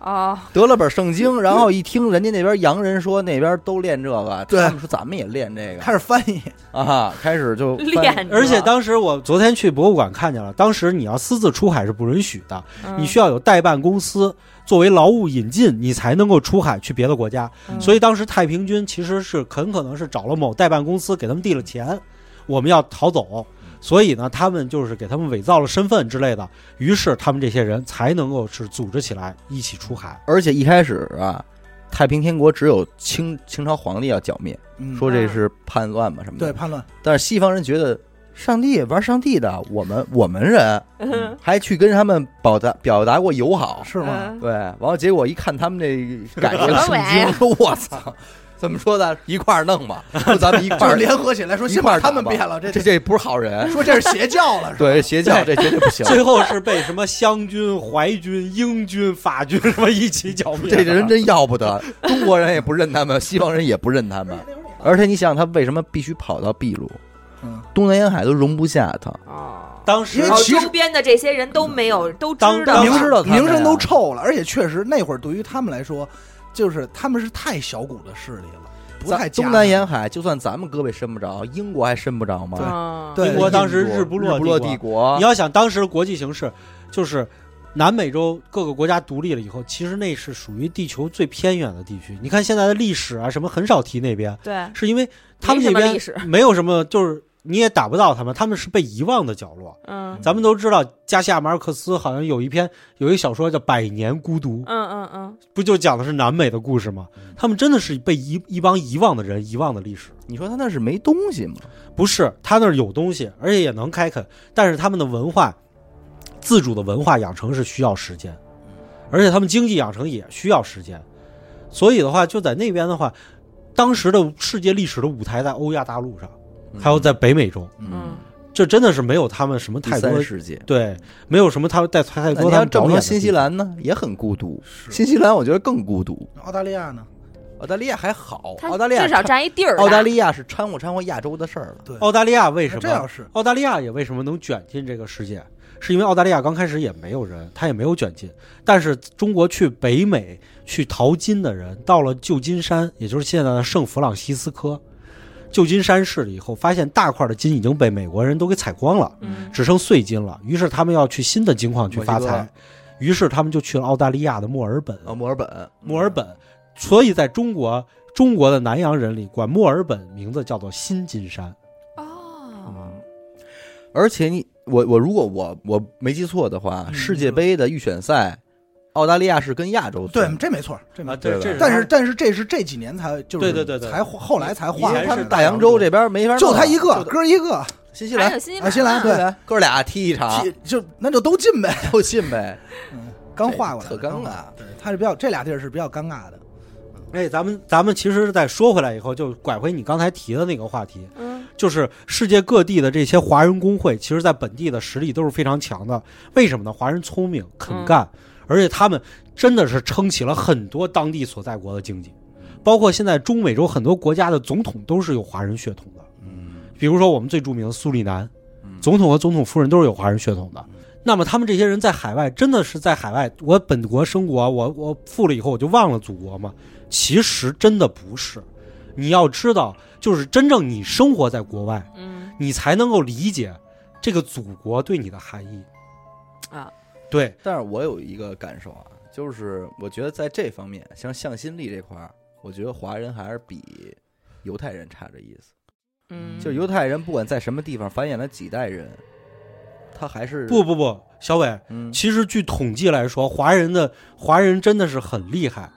哦
得了本圣经，然后一听人家那边洋人说那边都练这个，
对
他们说咱们也练这个
开始翻译，
啊，开始就翻
练着，
而且当时我昨天去博物馆看见了，当时你要私自出海是不允许的，
嗯
你需要有代办公司作为劳务引进，你才能够出海去别的国家。所以当时太平军其实是很可能是找了某代办公司给他们递了钱，我们要逃走，所以呢，他们就是给他们伪造了身份之类的，于是他们这些人才能够是组织起来一起出海。
而且一开始啊，太平天国只有清清朝皇帝要剿灭，
嗯
说这是叛乱嘛什么的。
对，叛乱，
但是西方人觉得上帝玩上帝的，我们我们人 (laughs)
嗯
还去跟他们表达表达过友好，
是吗？
嗯
对，完了结果一看他们这改革
什么玩意儿
圣经，我操！怎么说的？一块儿弄吧，说咱们一
就
块
是
儿
联合起来说，
一
先
块
把
儿
他
打
们
吧
变了，这
这这不是好人。
说这是邪教了，是吧？
对，邪教这绝对不行。
最后是被什么湘军、淮军、英军、法军什么一起剿灭。
这人真要不得，中国人也不认他们，西方人也不认他们。而且你想，他为什么必须跑到秘鲁？
嗯
东南沿海都容不下他。
哦，
当时
因为
然后
其实
周边的这些人都没有都
当
知道
当
名
时知道他们呀
名声都臭了，而且确实那会儿对于他们来说，就是他们是太小股的势力了，不
咱
太加
东南沿海，就算咱们胳膊伸不着，英国还伸不着
对
吗？
对
英国当时日
不
不落
落
帝国
啊
国
你，要想当时的国际形势，就是南美洲各个国家独立了以后，其实那是属于地球最偏远的地区。你看现在的历史啊，什么很少提那边，
对
是因为他们
没什
那
么
边
历史
没有什么，就是你也打不到他们，他们是被遗忘的角落。
嗯
咱们都知道，加西亚马尔克斯好像有一篇有一个小说叫《百年孤独》，
嗯嗯嗯，
不就讲的是南美的故事吗？他们真的是被一一帮遗忘的人遗忘的历史。
你说他那是没东西吗？
不是，他那儿有东西，而且也能开垦，但是他们的文化，自主的文化养成是需要时间，而且他们经济养成也需要时间，所以的话，就在那边的话，当时的世界历史的舞台在欧亚大陆上，还有在北美洲，
嗯，
这真的是没有他们什么
第
太多
三世界。
对，没有什么他们带太
那
多
你
他
要
们
这
着
么
眼
说，
的
新
地
西
方
兰呢也很孤独。新西兰我觉得更孤独，
澳大利亚呢？
澳大利亚还好，
他
澳大利亚
至少
掺
占一地儿大。
澳大利亚是掺和掺和亚洲的事儿了。
对，
澳大利亚为什
还
么
这样是
澳大利亚也为什么能卷进这个世界，是因为澳大利亚刚开始也没有人，他也没有卷进。但是中国去北美去淘金的人，到了旧金山，也就是现在的圣弗朗西斯科、旧金山市了以后，发现大块的金已经被美国人都给采光了，
嗯
只剩碎金了。于是他们要去新的金矿去发
墨西
财，于是他们就去了澳大利亚的墨尔本。
啊，墨尔本，
墨尔本，所以在中国。中国的南洋人里，管墨尔本名字叫做新金山，
哦，
嗯
而且你我我如果我我没记错的话，
嗯
世界杯的预选赛，澳大利亚是跟亚洲
对
算，
这没错，这没
啊，
错。
对
对，
这
这
是
但是但是这是这几年才就是
对对对对
才后来才
因
画
为
的，
他是大洋洲这边没法弄啊，
就他一个
就
哥儿一个，
新西
还
兰
有，新西
啊新西兰
对，哥俩踢一场，
踢就那就都进呗，
都进呗。
刚画过来
特
的，
尴
刚画
尬
的。对，他是比较这俩地儿是比较尴尬的。
哎，咱们咱们其实再说回来以后，就拐回你刚才提的那个话题，
嗯
就是世界各地的这些华人工会，其实在本地的实力都是非常强的。为什么呢？华人聪明肯干，
嗯
而且他们真的是撑起了很多当地所在国的经济，包括现在中美洲很多国家的总统都是有华人血统的。
嗯，
比如说我们最著名的苏利南
嗯，
总统和总统夫人都是有华人血统的。那么他们这些人在海外，真的是在海外，我本国生活，我我富了以后我就忘了祖国吗？其实真的不是。你要知道，就是真正你生活在国外，
嗯
你才能够理解这个祖国对你的含义
啊。
对，
但是我有一个感受啊，就是我觉得在这方面，像向心力这块儿，我觉得华人还是比犹太人差这意思。
嗯，
就是犹太人不管在什么地方繁衍了几代人，他还是
不，不不，小伟，
嗯，
其实据统计来说，华人的华人真的是很厉害，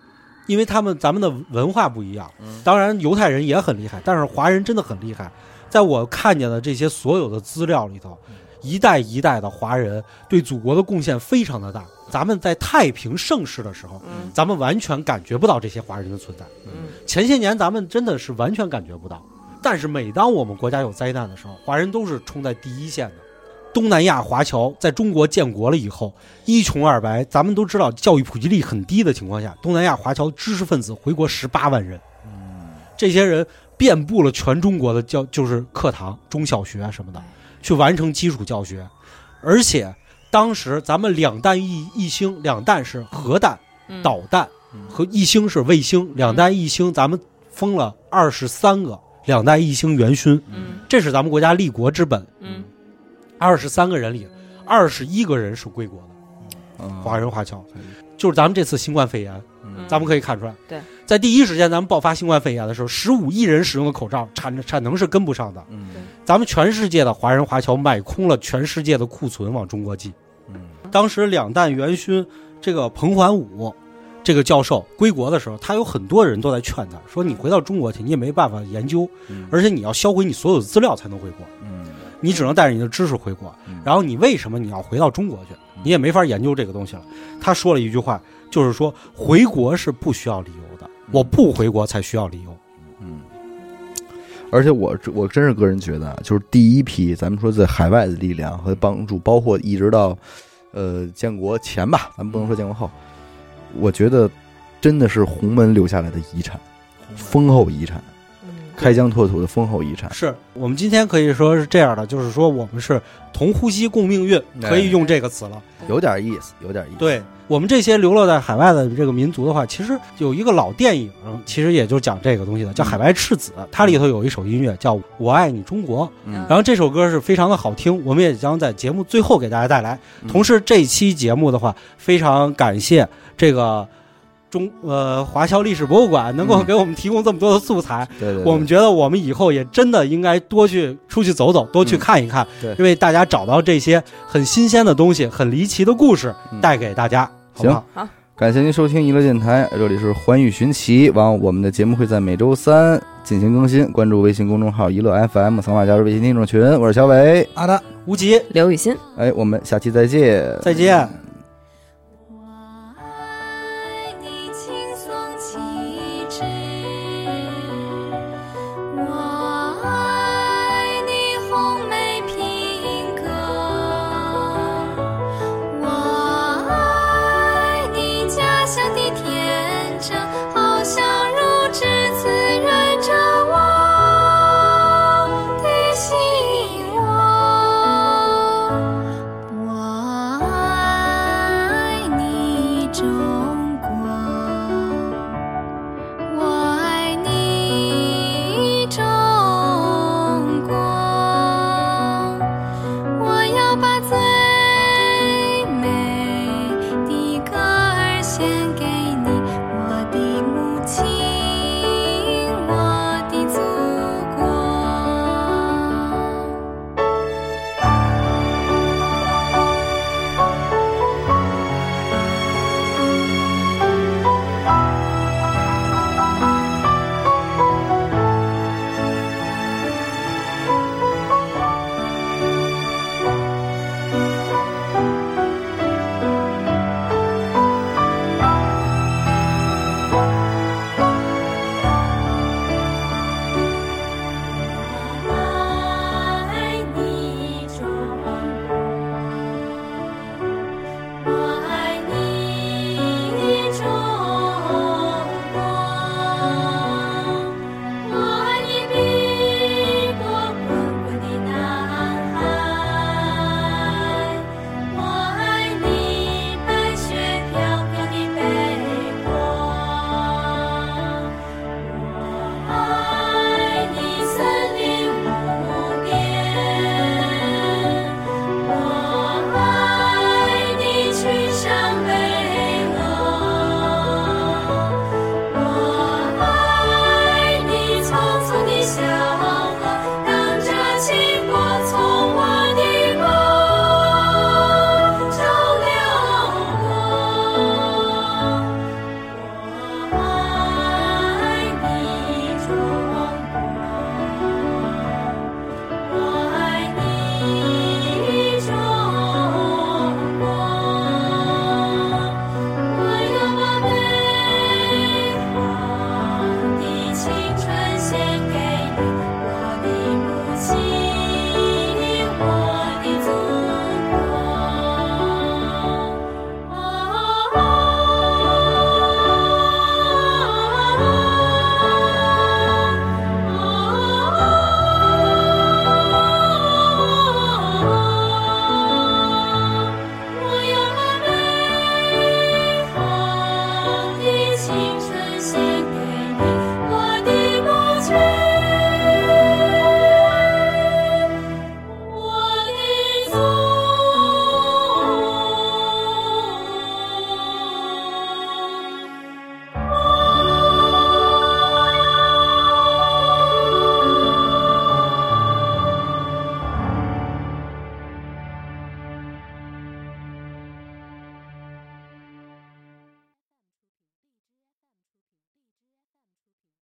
因为他们咱们的文化不一样。
嗯
当然，犹太人也很厉害，但是华人真的很厉害。在我看见的这些所有的资料里头，一代一代的华人对祖国的贡献非常的大。咱们在太平盛世的时候，
嗯
咱们完全感觉不到这些华人的存在。
嗯
前些年咱们真的是完全感觉不到，但是每当我们国家有灾难的时候，华人都是冲在第一线的。东南亚华侨在中国建国了以后，一穷二白，咱们都知道教育普及率很低的情况下，东南亚华侨知识分子回国十八万人，这些人遍布了全中国的教就是课堂、中小学什么的，去完成基础教学，而且当时咱们两弹一一星，两弹是核弹、
嗯
导弹
嗯
和一星是卫星，两弹一星咱们封了二十三个两弹一星元勋，
嗯
这是咱们国家立国之本。
嗯
二十三个人里，二十一个人是归国的华
华
人华侨
嗯，
就是咱们这次新冠肺炎，
嗯
咱们可以看出来，
对，
在第一时间咱们爆发新冠肺炎的时候，十五亿人使用的口罩产产能是跟不上的，
嗯
咱们全世界的华人华侨买空了全世界的库存往中国寄。
嗯
当时两弹元勋这个彭桓武这个教授归国的时候，他有很多人都在劝他说：“你回到中国去，你也没办法研究，
嗯
而且你要销毁你所有的资料才能回国，
嗯
你只能带着你的知识回国。
嗯
然后你为什么你要回到中国去？你也没法研究这个东西了。”他说了一句话，就是说回国是不需要理由的，我不回国才需要理由。
嗯，而且我我真是个人觉得啊，就是第一批咱们说在海外的力量和帮助，包括一直到呃建国前吧，咱们不能说建国后，我觉得真的是洪门留下来的遗产，丰厚遗产，
嗯
开疆拓土的丰厚遗产。
是我们今天可以说是这样的，就是说我们是同呼吸共命运，
哎嗯
可以用这个词了。
有点意思，有点意思。，
对我们这些流落在海外的这个民族的话，其实有一个老电影，其实也就讲这个东西的，叫《海外赤子》，它里头有一首音乐叫《我爱你中国》，
嗯
然后这首歌是非常的好听，我们也将在节目最后给大家带来。
嗯
同时，这期节目的话，非常感谢这个。中呃华侨历史博物馆能够
嗯
给我们提供这么多的素材，
对嗯对，对
我们觉得我们以后也真的应该多去出去走走，多去
嗯
看一看，
对
因为大家找到这些很新鲜的东西、很离奇的故事，
嗯
带给大家，好不
行
好？
感谢您收听娱乐电台，这里是环宇寻奇。完，我们的节目会在每周三进行更新，关注微信公众号“娱乐 FM”，扫码加入微信听众群。我是小伟，
好的。
无极，
刘雨欣。
哎，我们下期再见。
再见。